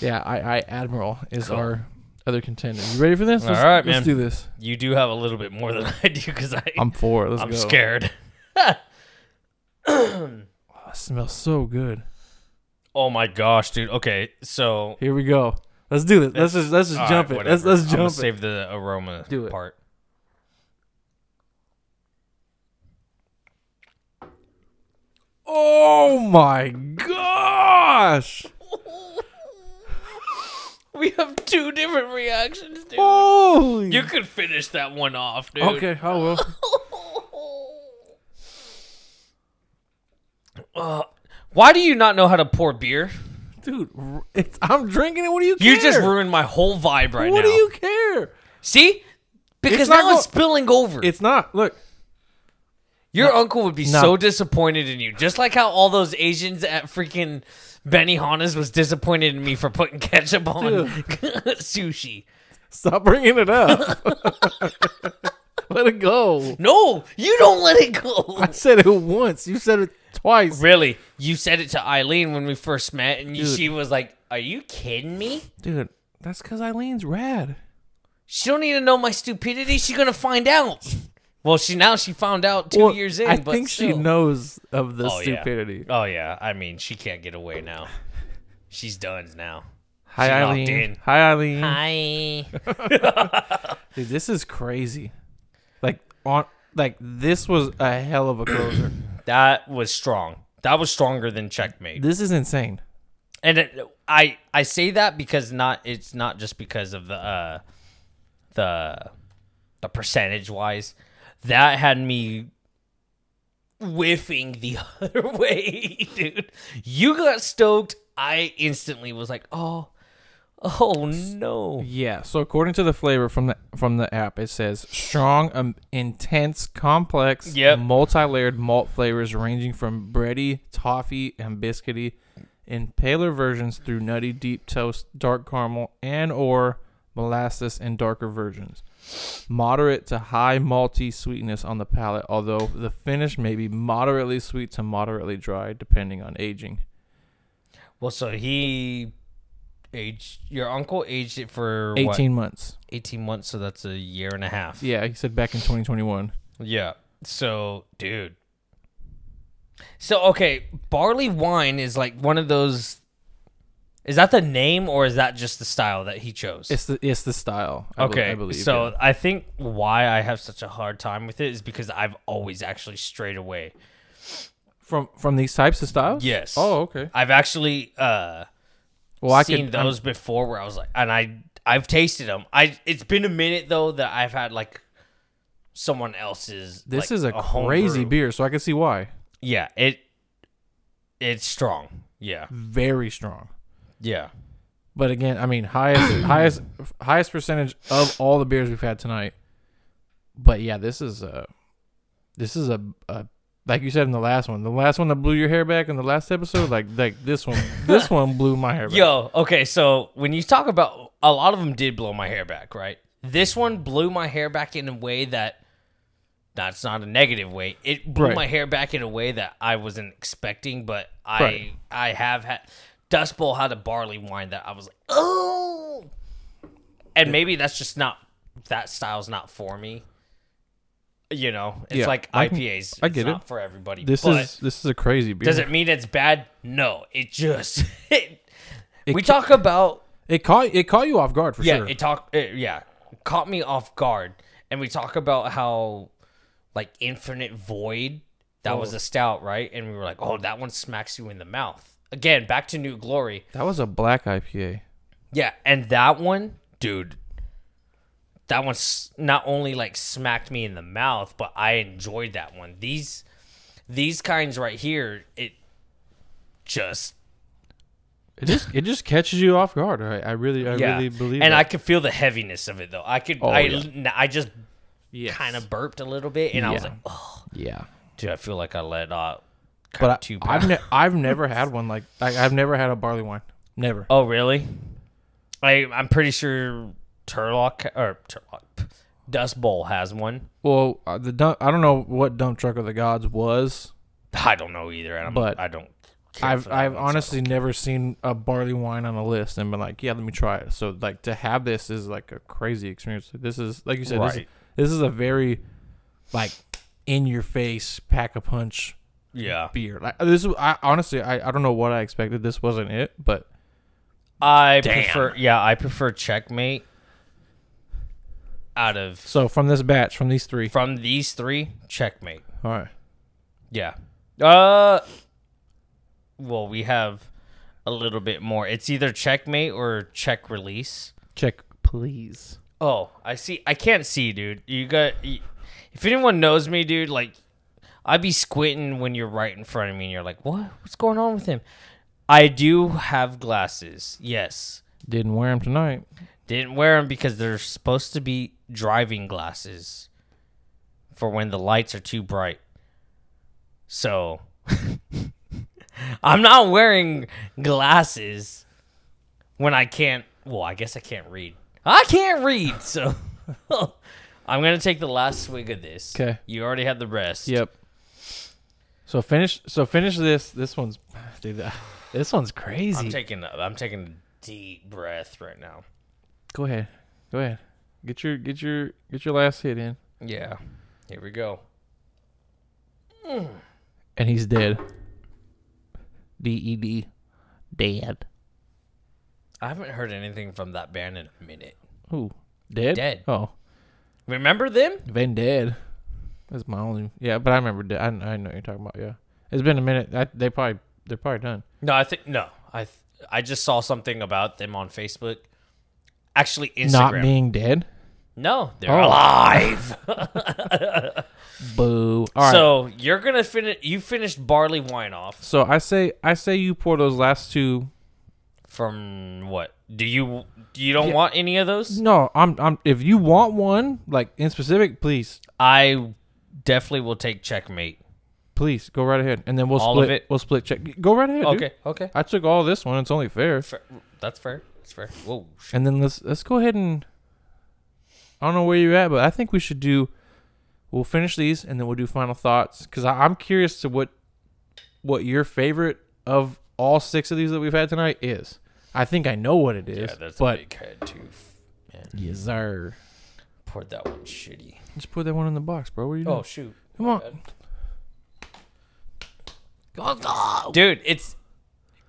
yeah, I I Admiral is our other contender. You ready for this? Let's,
right,
let's
man.
do this.
You do have a little bit more than I do because I
I'm
I'm,
for it. Let's go.
scared.
Oh, it smells so good.
Oh my gosh, dude. Okay, so
Here we go. Let's do this. Let's just let's just
all
jump
right,
it. Let's
whatever.
let's
I'm gonna
jump it.
Save the aroma
Do it.
part.
Oh my gosh!
We have two different reactions, dude.
Holy.
You could finish that one off, dude.
Oh. okay, Oh, I will.
Uh, why do you not know how to pour beer?
Dude, r- it's, I'm drinking it. What do you care?
You just ruined my whole vibe right
What do
now.
you care?
See? Because
It's not
now it's
go-
spilling over.
It's not. Look,
Your uncle would be
no.
so disappointed in you. Just like how all those Asians at freaking Benihana's was disappointed in me for putting ketchup on
Dude.
sushi.
stop bringing it up. Let it go.
No, you don't let it go.
I said it once. You said it twice.
Really? You said it to Eileen when we first met, and you,
Dude.
she was like, Are you kidding me?
Dude, that's because Eileen's rad.
She don't need to know my stupidity. She's gonna find out. Well, she now she found out two
Well,
years in.
I
but
think she
still.
knows of the
Oh, yeah.
stupidity.
Oh yeah, I mean she can't get away now. She's done now.
Hi,
She locked
Eileen.
in.
Hi, Eileen.
Hi.
Dude, this is crazy. Like on, like this was a hell of a closer.
That was strong. That was stronger than checkmate.
This is insane.
and it, I I say that because not it's not just because of the uh, the the percentage wise that had me whiffing the other way, dude. You got stoked. I instantly was like, oh, oh no.
Yeah. So according to the flavor from the from the app, it says strong, um, intense, complex,
Yep.
multi-layered malt flavors ranging from bready, toffee, and biscuity, in paler versions through nutty, deep toast, dark caramel, and or molasses in darker versions. Moderate to high malty sweetness on the palate, although the finish may be moderately sweet to moderately dry, depending on aging.
Well, so he aged your uncle aged it for what?
Eighteen months.
18 months, so that's a year and a half.
Yeah, he said back in 2021.
Yeah. So, dude. So, okay, barley wine is like one of those Is that the name or is that just the style that he chose?
It's the it's the style. I bel-
okay.
I believe.
so,
yeah.
I think why I have such a hard time with it is because I've always actually strayed away.
from from these types of styles.
Yes.
Oh, okay.
I've actually uh
Well, I
seen
can.
those before where I was like, and I I've tasted them. I it's been a minute though that I've had like someone else's.
This
like,
is a,
homebrew.
crazy beer, so I can see why.
Yeah, it it's strong. Yeah,
Very strong.
yeah,
But again, I mean, highest highest highest percentage of all the beers we've had tonight. But yeah, this is a this is a, a like you said in the last one, the last one that blew your hair back in the last episode, like like this one, this one blew my hair back.
Yo, okay, so when you talk about a lot of them did blow my hair back, right? This one blew my hair back in a way that that's not a negative way. It blew
Right.
my hair back in a way that I wasn't expecting, but I
Right.
I have had Dust Bowl had a barley wine that I was like, oh, and maybe that's just not that style's not for me. You know, it's
Yeah,
like
I can-
IPAs.
I
it's
get
not
it.
for everybody.
This
but
is this is a crazy beer.
does it mean it's bad? No, it just it,
It
we
ca-
talk about
it caught it caught you off guard for
yeah,
sure.
it talk it, yeah, caught me off guard. And we talk about how like Infinite Void that was
Oh.
a stout, right? And we were like, "Oh, that one smacks you in the mouth." Again, back to New Glory.
that was a black IPA.
Yeah, and that one, dude, that one s- not only like smacked me in the mouth, but I enjoyed that one. These these kinds right here, it just
It just it just catches you off guard. I, I really I really believe.
and
that.
I could feel the heaviness of it though. I could,
Oh,
I,
yeah.
n- I just
Yes.
kind of burped a little bit, and I was
Yeah.
like, oh,
yeah.
dude, I feel like I let uh, out kind of
But
two
I,
pounds.
I've ne- I've never had one like I, I've never had a barley wine. Never.
oh, really? I, I'm pretty sure Turlock or Turlock Dust Bowl has one.
Well, uh, the dump, I don't know what dump truck of the gods was.
I don't know either, and I'm,
But
I don't. Care
I've
for that
I've
one, so-
honestly never seen a barley wine on a list and been like, yeah, let me try it. So like to have this is like a crazy experience. This is like you said, this,
Right.
is, this is a very like in your face pack a punch
yeah.
beer. Like this is I honestly I, I don't know what I expected. This wasn't it, but
I
Damn.
prefer. Yeah, I prefer checkmate. Out of
so from this batch, from these three,
from these three, checkmate.
all right.
Yeah. Uh well, we have a little bit more. It's either checkmate or check release.
Check, please.
Oh, I see. I can't see, dude. You got y If anyone knows me, dude, like I'd be squinting when you're right in front of me and you're like, "What? What's going on with him?" I do have glasses. Yes.
Didn't wear them tonight.
Didn't wear them because they're supposed to be driving glasses for when the lights are too bright. So I'm not wearing glasses when I can't. Well, I guess I can't read. I can't read, so I'm gonna take the last swig of this.
'Kay.
You already had the rest.
Yep. So finish. So finish this. This one's, dude. uh, This one's
I'm
crazy.
taking. a- I'm taking a deep breath right now.
Go ahead. Go ahead. Get your get your get your last hit in.
Yeah. Here we go.
And he's dead. D E D. Dead.
I haven't heard anything from that band in a minute.
Who? Dead.
Dead.
Oh,
Remember them?
Van Dead. That's my only. Yeah, but I remember. Dead. I I know what you're talking about. Yeah. It's been a minute. I, they probably they're probably done.
No, I think no. I th- I just saw something about them on Facebook. Actually, Instagram.
Not being dead.
No, they're
Oh.
alive.
Boo. All right. So,
So you're gonna finish. You finished barley wine off
so I say I say you pour those last two.
from what? Do you you don't want any of those?
No, I'm I'm. If you want one like in specific, please
I definitely will take checkmate.
please go right ahead, and then we'll
All of
split.
it?
We'll split check. Go right ahead. dude.
Okay, okay,
I took all this one. It's only fair.
Fair- that's fair. That's fair. Whoa, sh-
And then let's let's go ahead and I don't know where you're at, but I think we should do. We'll finish these and then we'll do final thoughts because I'm curious to what what your favorite of all six of these that we've had tonight is. I think I know what it is,
yeah, that's
but
a big head too. Man,
yes, sir.
poured that one shitty.
Just put that one in the box, bro. What are you doing?
Oh shoot,
Come on.
dude, it's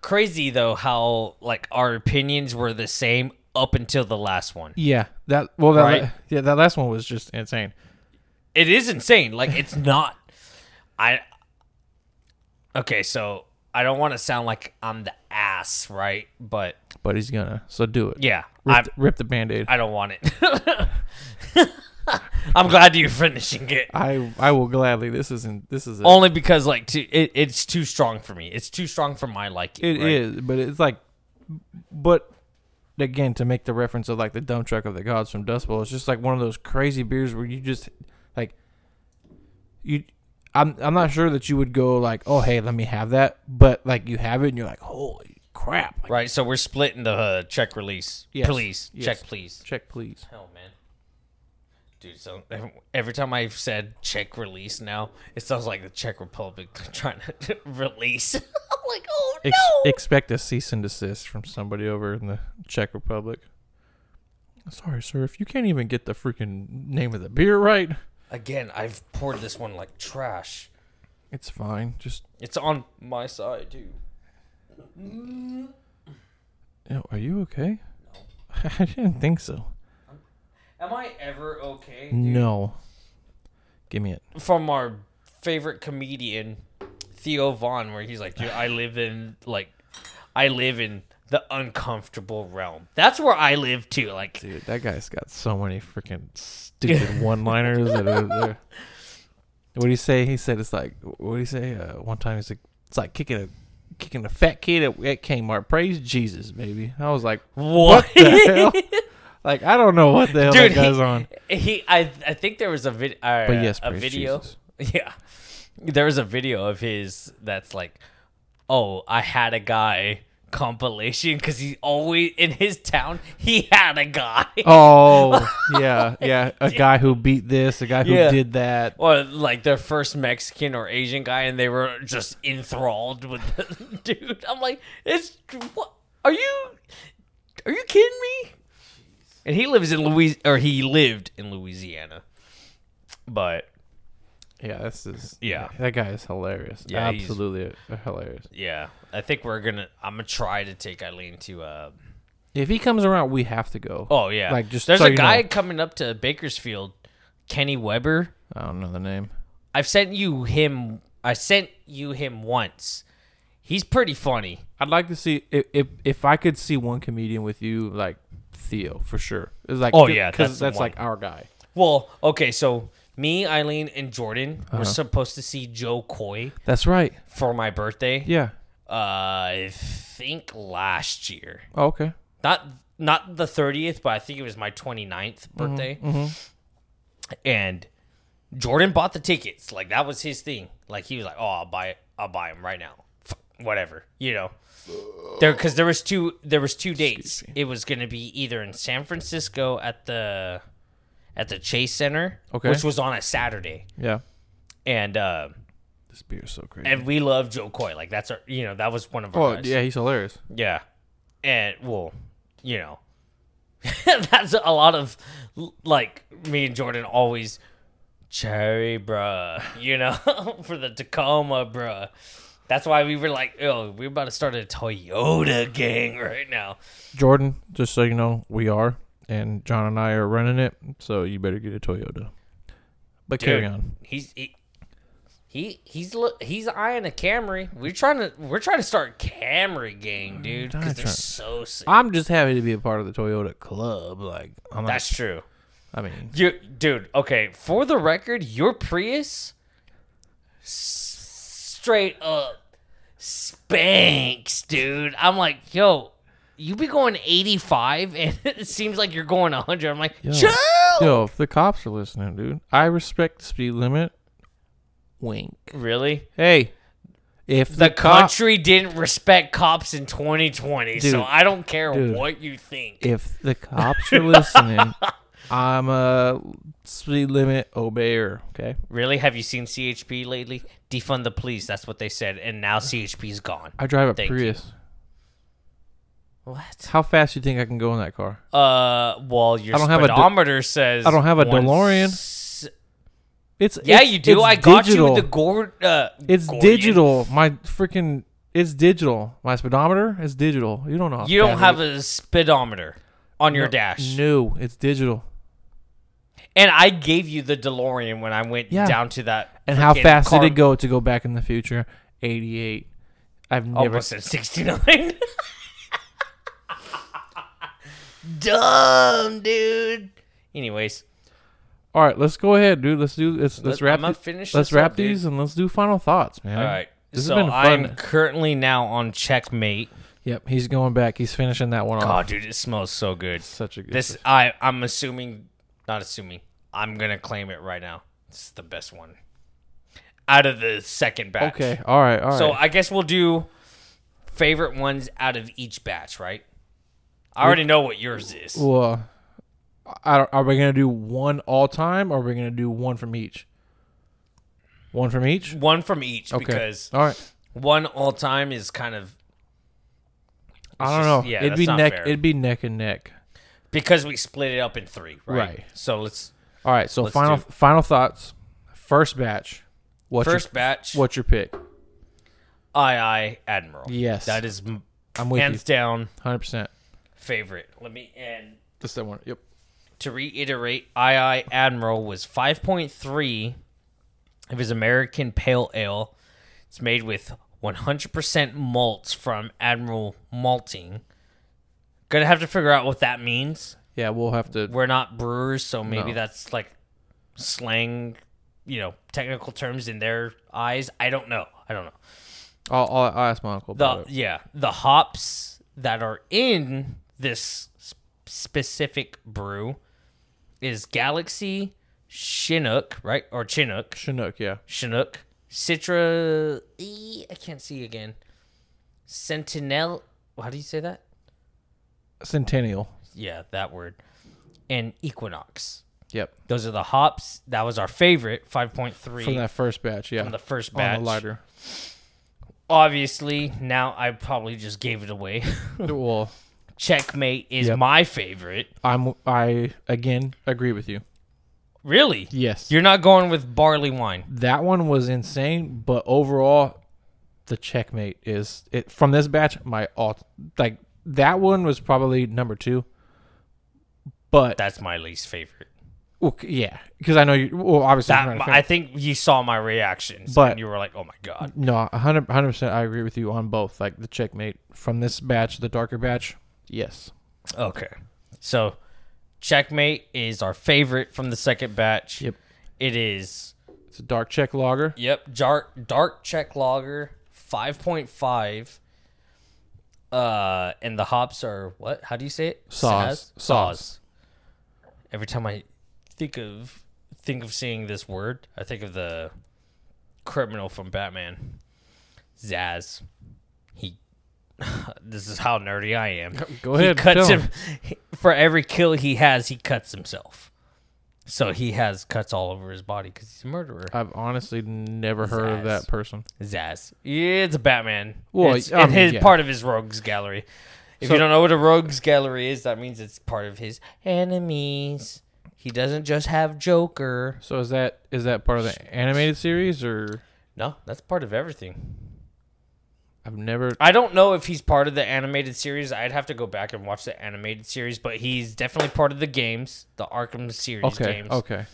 crazy though how like our opinions were the same up until the last one.
Yeah, that well, that
Right.
yeah, that last one was just insane.
it is insane. Like it's not. I. Okay, so I don't want to sound like I'm the ass, right? But
But he's gonna so do it.
yeah,
rip,
I
the, rip the band-aid.
I don't want it. I'm glad you're finishing it.
I I will gladly. This isn't. This is. A,
Only because like too, it, it's too strong for me. It's too strong for my liking.
It is,
right?
but it's like, but again, to make the reference of like the dump truck of the gods from Dust Bowl, it's just like one of those crazy beers where you just like you. I'm I'm not sure that you would go like, oh hey, let me have that, but like you have it and you're like, holy crap! Like,
Right. So we're splitting the uh, check release.
Yes,
Please
yes.
check, please.
Check please.
Hell, man. Dude, so ev- every time I've said Czech release now, it sounds like the Czech Republic trying to release. I'm like, oh
Ex-
no.
Expect a cease and desist from somebody over in the Czech Republic. Sorry, sir, if you can't even get the freaking name of the beer right,
Again, I've poured this one like trash.
it's fine. Just
It's on my side, too.
Oh, Are you okay? I didn't think so.
Am I ever okay? dude?
No. Give me it.
From our favorite comedian, Theo Vaughn, where he's like, dude, I live in, like, I live in the uncomfortable realm. That's where I live, too. Like,
Dude, that guy's got so many freaking stupid one liners that are there. What do you say? He said it's like what do you say? Uh, one time he's like it's like kicking a kicking a fat kid at, at Kmart. Praise Jesus, baby. I was like,
what?
what the hell? Like I don't know what the hell
Dude,
that guy's
he-
on.
He, I, I think there was a video. Uh,
But yes,
a
praise
video.
Jesus.
Yeah, there was a video of his that's like, oh, I had a guy compilation because he always in his town he had a guy
Oh yeah, yeah. A guy who beat this, a guy who
Yeah.
did that.
or like their first Mexican or Asian guy, and they were just enthralled with the dude. I'm like, it's what are you? Are you kidding me? And he lives in Louis, or he lived in Louisiana, but.
Yeah, this is
Yeah.
That guy is hilarious. Uh,
Yeah, he's-
Absolutely hilarious.
Yeah, I think we're gonna. I'm gonna try to take Eileen to. Uh,
If he comes around, we have to go.
oh yeah,
Like, just
there's
so
a
you
guy
know.
coming up to Bakersfield, Kenny Weber.
I don't know the name.
I've sent you him. I sent you him once. He's pretty funny.
I'd like to see if if, if I could see one comedian with you, like Theo for sure. It's like
Oh, yeah, that's
because
the
that's,
one.
like our guy.
Well, okay, so me, Eileen, and Jordan
Uh-huh.
were supposed to see Joe Coy
That's right.
for my birthday.
Yeah.
Uh, I think last year.
Oh, okay.
not not the 30th but i think it was my 29th
Mm-hmm,
birthday and jordan bought the tickets like that was his thing like he was like oh i'll buy it i'll buy them right now F- whatever you know there because there was two there was two dates it was going to be either in san francisco at the at the chase center
Okay.
which was on a saturday
Yeah.
and uh,
This beer is so crazy.
and we love joe coy like that's our you know that was one of our
oh
guys.
yeah, he's hilarious.
Yeah. And well, you know, that's a lot of like me and Jordan always cherry, bruh. You know, for the Tacoma, bruh. That's why we were like, oh, we're about to start a Toyota gang right now.
Jordan, just so you know, we are and John and I are running it, so you better get a Toyota. But carry
Dude,
on.
He's he, He he's look he's eyeing a Camry. We're trying to we're trying to start Camry gang, dude, because they're
Mm, trying-
so sick.
I'm just happy to be a part of the Toyota club. Like, I'm not,
That's true.
I mean,
You, dude. Okay, for the record, your Prius, s- straight up, spanks, dude. I'm like, yo, you be going 85, and it seems like you're going 100. I'm like, chill.
yo, if the cops are listening, dude, I respect the speed limit. Wink.
Really?
Hey, if the,
The
cop,
country didn't respect cops in 2020,
Dude,
so I don't care
dude.
what you think.
if the cops are listening, I'm a speed limit obeyer. Okay.
Really? Have you seen CHP lately? Defund the police. That's what they said, and now CHP's gone.
I drive a
Thank you.
Prius.
What?
How fast do you think I can go in that car?
Uh, well, your
I don't have a de-
speedometer says
I don't have a
one
DeLorean.
s-
It's
yeah,
it's-
you do.
it's
I got
digital.
you the gourd. Uh,
It's
Gordian.
digital. My freaking it's digital. My speedometer is digital. You don't know. How
You don't
fast
have
it-
a speedometer on your dash,
No, it's digital.
and I gave you the DeLorean when I went
Yeah.
down to that.
And how
freaking
fast
car-
did it go to go back in the future? 88. I've never
Almost at sixty nine. Dumb dude. Anyways,
All right, let's go ahead, dude. Let's do let's let's
Let-
wrap
I'ma
the-
finish
Let's
this
wrap
up, dude.
these and let's do final thoughts, man.
all right.
This
so
has been fun.
I'm currently now on checkmate.
Yep, he's going back. He's finishing that one
God,
off.
dude, it smells so good.
Such a good
This I I'm assuming, not assuming. I'm gonna claim it right now. It's the best one out of the second batch.
Okay. All right. All right.
So I guess we'll do favorite ones out of each batch, right? I already know what yours is.
well, I don't, are we going to do one all time or are we going to do one from each? One from each?
One from each
Okay.
because
all right.
one all time is kind of
I don't
just-
know.
yeah,
it'd
that's
be
not
neck
fair.
it'd be neck and neck.
because we split it up in three, right?
Right.
So let's
All right, so final
do-
final thoughts. First batch. What's
first
your,
batch.
what's your pick?
I I Admiral.
Yes.
That is m-
I'm with
hands down
you. 100%.
favorite. Let me and
That's that one. Yep.
to reiterate, II Admiral was 5.3 of his American Pale Ale. It's made with 100% malts from Admiral Malting. Gonna have to figure out what that means.
Yeah, we'll have to
We're not brewers, so maybe
No.
that's like slang, you know, technical terms in their eyes. I don't know. I don't know.
I'll, I'll, I'll ask my uncle
The
about it.
yeah, the hops that are in this s- specific brew is Galaxy Chinook, right? Or Chinook,
Chinook, yeah.
Chinook, Citra. E, I can't see again. Sentinel. How do you say that?
Centennial.
Yeah, that word. And Equinox.
Yep.
Those are the hops. That was our favorite, five point three
From that first batch, yeah.
from the first
On the
batch.
lighter.
Obviously, now I probably just gave it away.
well,
Checkmate is
Yep.
my favorite.
I'm I again agree with you.
Really?
Yes.
You're not going with barley wine.
that one was insane, but overall the checkmate is it from this batch my all like that one was probably number 2. But
That's my least favorite.
well, c- yeah, cuz I know you well obviously I'm
That,
not a
I
fan.
think you saw my reactions,
But-
and you were like, "Oh my god!"
no, 100 100% I agree with you on both. Like the checkmate from this batch, the darker batch. Yes.
Okay, so checkmate is our favorite from the second batch.
Yep.
It is.
It's a dark check lager.
Yep, dark dark check lager, five point five. Uh, and the hops are what? How do you say it?
Saws.
Saz?
Saws.
Every time I think of think of seeing this word, I think of the criminal from Batman, Zaz. He. this is how nerdy I am.
Go ahead.
He cuts
tell 'em.
him for every kill he has. He cuts himself. So he has cuts all over his body because he's a murderer.
I've honestly never heard of
ass.
that person.
Zaz. Yeah, it's a Batman.
Well,
it's,
I
and
mean,
his
yeah.
part of his rogues gallery. If
So-
you don't know what a rogues gallery is, that means it's part of his enemies. He doesn't just have Joker.
So is that is that part of the animated series or
No, that's part of everything.
I've never
I don't know if he's part of the animated series. I'd have to go back and watch the animated series, but he's definitely part of the games, the Arkham series
Okay.
games.
Okay.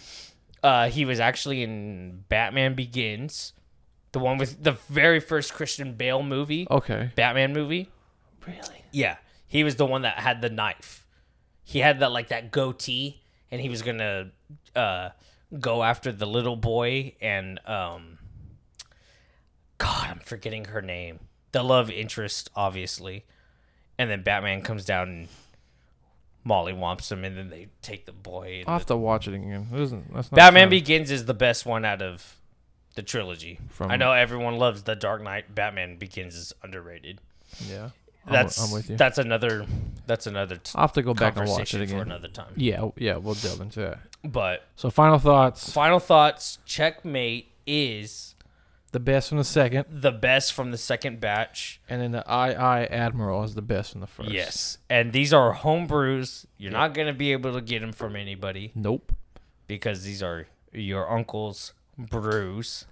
Uh, he was actually in Batman Begins. The one with the very first Christian Bale movie,
Okay.
Batman movie.
Really?
Yeah, he was the one that had the knife. He had that like that goatee, and he was gonna uh, go after the little boy and um, God, I'm forgetting her name. The love interest, obviously, and then Batman comes down and Molly womps him, and then they take the boy. And
I'll have to watch it again. It isn't, that's not
Batman
sound-
Begins is the best one out of the trilogy.
From-
I know everyone loves The Dark Knight. Batman Begins is underrated.
Yeah. I'm wi-
That's
I'm, with you.
that's another that's another t-
I'll have to go back and watch
conversation
it
for
again.
another time.
Yeah, w- yeah, we'll delve into that.
But
So final thoughts.
final thoughts: Checkmate is
The best from the second,
the best from the second batch.
and then the II Admiral is the best from the first.
Yes, and these are home brews. You're not gonna be able to get them from anybody
Nope.
because these are your uncle's brews.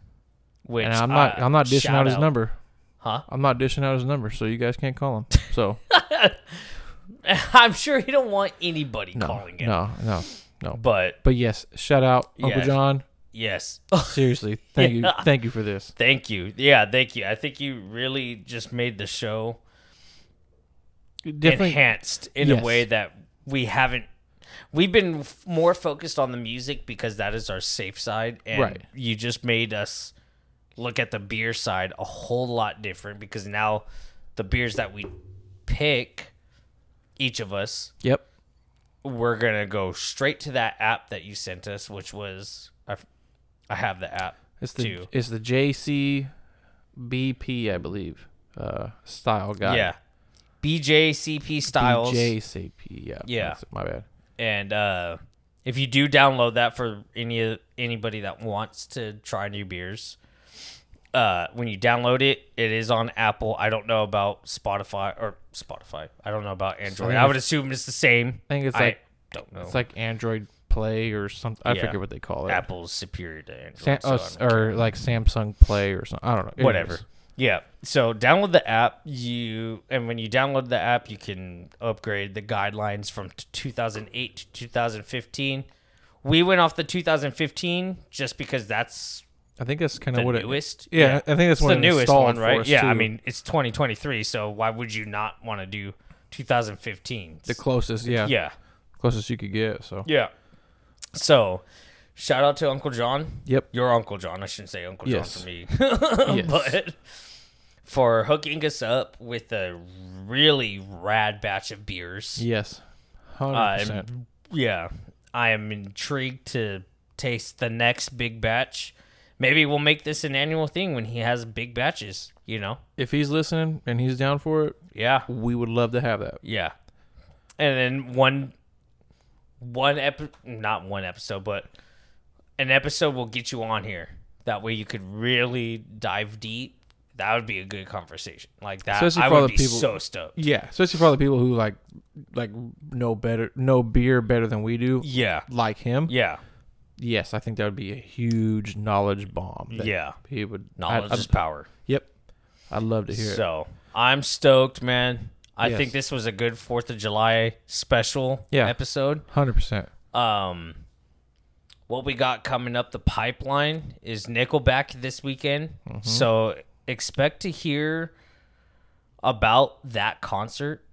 Which
and I'm not.
uh,
I'm not dishing
shout
out his number.
Huh?
I'm not dishing out his number, so you guys can't call him. So
I'm sure he don't want anybody
no,
calling him.
no, no, no. But,
But
yes, shout out Uncle
Yeah.
John.
yes,
Seriously, thank
Yeah.
you, thank you for this.
thank you. Yeah, thank you. I think you really just made the show
Definitely,
enhanced in
Yes.
a way that we haven't. We've been f- more focused on the music because that is our safe side, and
Right.
you just made us look at the beer side a whole lot different because now the beers that we pick, each of us,
yep.
we're gonna go straight to that app that you sent us, which was I, f- I have the app.
It's the
too.
it's the JCBP, I believe, uh, style guy.
Yeah. BJCP Styles.
JCP. Yeah.
Yeah.
that's it, my bad.
And uh, if you do download that for any anybody that wants to try new beers, uh, when you download it, it is on Apple. I don't know about Spotify or Spotify. I don't know about Android. I would assume it's the same.
I think it's
I
like
don't know.
it's like Android Play or something. I
Yeah.
forget what they call it.
Apple's superior to Android.
Sam-
so
oh,
I
s-
don't
or like Samsung Play or something. I don't know. Anyways.
whatever. Yeah. So download the app. You and when you download the app, you can upgrade the guidelines from t- 2008 to 2015. We went off the 2015 just because that's
I think that's kind
the
of what it.
newest.
Yeah, I think that's
it's
what
the
it
newest
installed
one,
for
right?
us,
Yeah. I
too.
mean, it's 2023, so why would you not want to do 2015?
The closest, yeah,
yeah.
closest you could get. So
Yeah. So, shout out to Uncle John.
Yep.
Your Uncle John. I shouldn't say Uncle
Yes.
John for me.
Yes.
But for hooking us up with a really rad batch of beers.
yes, hundred percent.
I'm, yeah. I am intrigued to taste the next big batch. Maybe we'll make this an annual thing when he has big batches, you know?
If he's listening and he's down for it,
Yeah.
we would love to have that.
Yeah. And then one one epi- not one episode, but an episode will get you on here. That way you could really dive deep. That would be a good conversation. Like that
Especially
I
for all
would
the
be
people-
so stoked.
Yeah, especially for all the people who like like know better, know beer better than we do,
Yeah.
like him.
Yeah.
Yes, I think that would be a huge knowledge bomb. that
Yeah.
he would. I-
Knowledge
I-
is power.
Yep, I'd love to hear it.
So I'm stoked, man. I
Yes.
think this was a good Fourth of July special
Yeah.
episode.
Hundred percent.
Um, what we got coming up the pipeline is Nickelback this weekend.
Mm-hmm.
So expect to hear about that concert.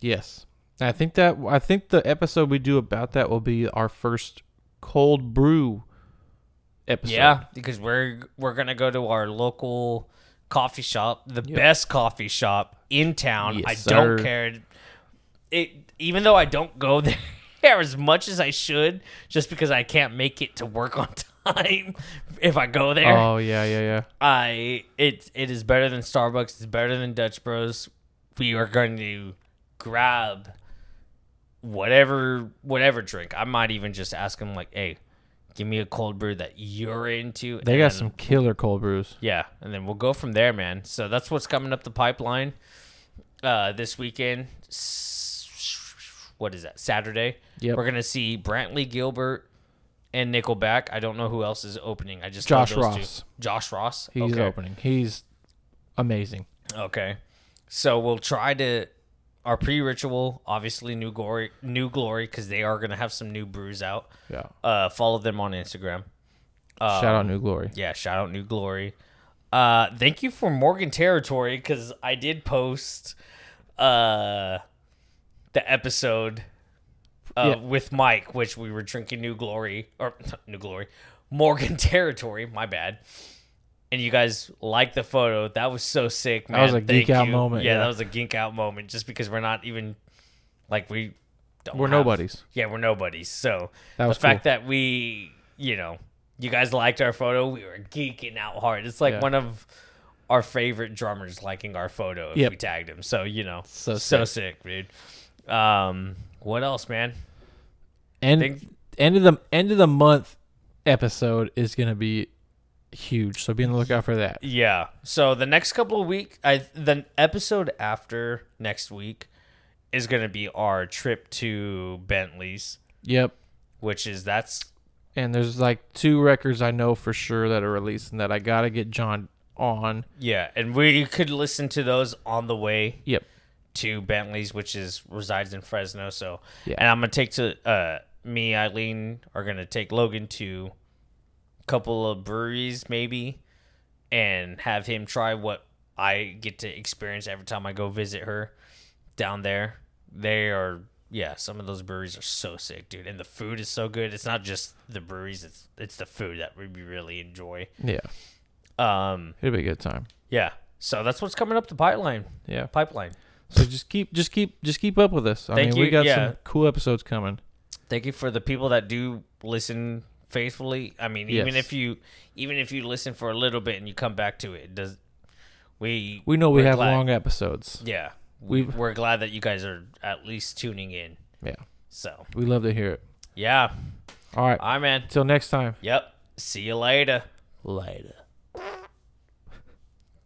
Yes, And I think that I think the episode we do about that will be our first cold brew episode.
Yeah, because we're we're gonna go to our local coffee shop, the best coffee shop in town.
Yes,
I
sir.
don't care. It even though I don't go there as much as I should, just because I can't make it to work on time. If I go there,
Oh yeah, yeah, yeah.
I it it is better than Starbucks. It's better than Dutch Bros. We are going to grab whatever whatever drink. I might even just ask them like, "Hey, give me a cold brew that you're into."
They
and
got
then-
some killer cold brews.
yeah, and then we'll go from there, man. So that's what's coming up the pipeline uh, this weekend. S- What is that? Saturday.
Yep.
We're gonna see Brantley Gilbert and Nickelback. I don't know who else is opening. I just know
Josh
those two.
Ross.
Josh Ross.
He's
okay.
opening. He's amazing.
Okay. So we'll try to our pre-ritual, obviously New Glory, New Glory, because they are gonna have some new brews out.
Yeah.
Uh, follow them on Instagram.
Shout out New Glory.
Yeah, shout out New Glory. Uh, thank you for Morgan Territory because I did post uh, the episode uh,
Yeah.
with Mike, which we were drinking New Glory or New Glory, Morgan Territory. My bad. And you guys liked the photo. That was so sick, man.
was a
Thank
geek out
you.
moment,
Yeah,
yeah.
that was a geek out moment. Just because we're not even like we don't
We're
have-
nobodies.
Yeah, we're nobodies. So
That was
the fact that we, you know, you guys liked our photo, we were geeking out hard. It's like
Yeah.
one of our favorite drummers liking our photo if
Yep.
we tagged him. So you know,
So
sick, dude. Um, what else, man?
end
think-
end of the end of the month episode is gonna be huge. So be on the lookout for that.
Yeah. So the next couple of week, I the episode after next week is gonna be our trip to Bentley's,
Yep.
which is that's
And there's like two records I know for sure that are releasing that I gotta get John on.
yeah, and we could listen to those on the way
Yep.
to Bentley's, which is resides in Fresno. So,
Yeah.
and I'm gonna take to uh, me, Eileen are gonna take Logan to a couple of breweries maybe, and have him try what I get to experience every time I go visit her down there. They are yeah, some of those breweries are so sick, dude, and the food is so good. It's not just the breweries; it's it's the food that we really enjoy.
Yeah.
Um,
It'll be a good time.
yeah. So that's what's coming up the pipeline.
Yeah.
Pipeline.
So just keep just keep just keep up with us. I
Thank
mean
you,
we got
yeah.
some cool episodes coming.
thank you for the people that do listen faithfully i mean even
Yes.
if you even if you listen for a little bit and you come back to it, it does we
We know we
we're
have
glad-
long episodes.
yeah we
We've-
we're glad that you guys are at least tuning in
Yeah.
so
We love to hear it.
yeah
All right.
Uh, all right man
Till next time.
yep see you later
Later.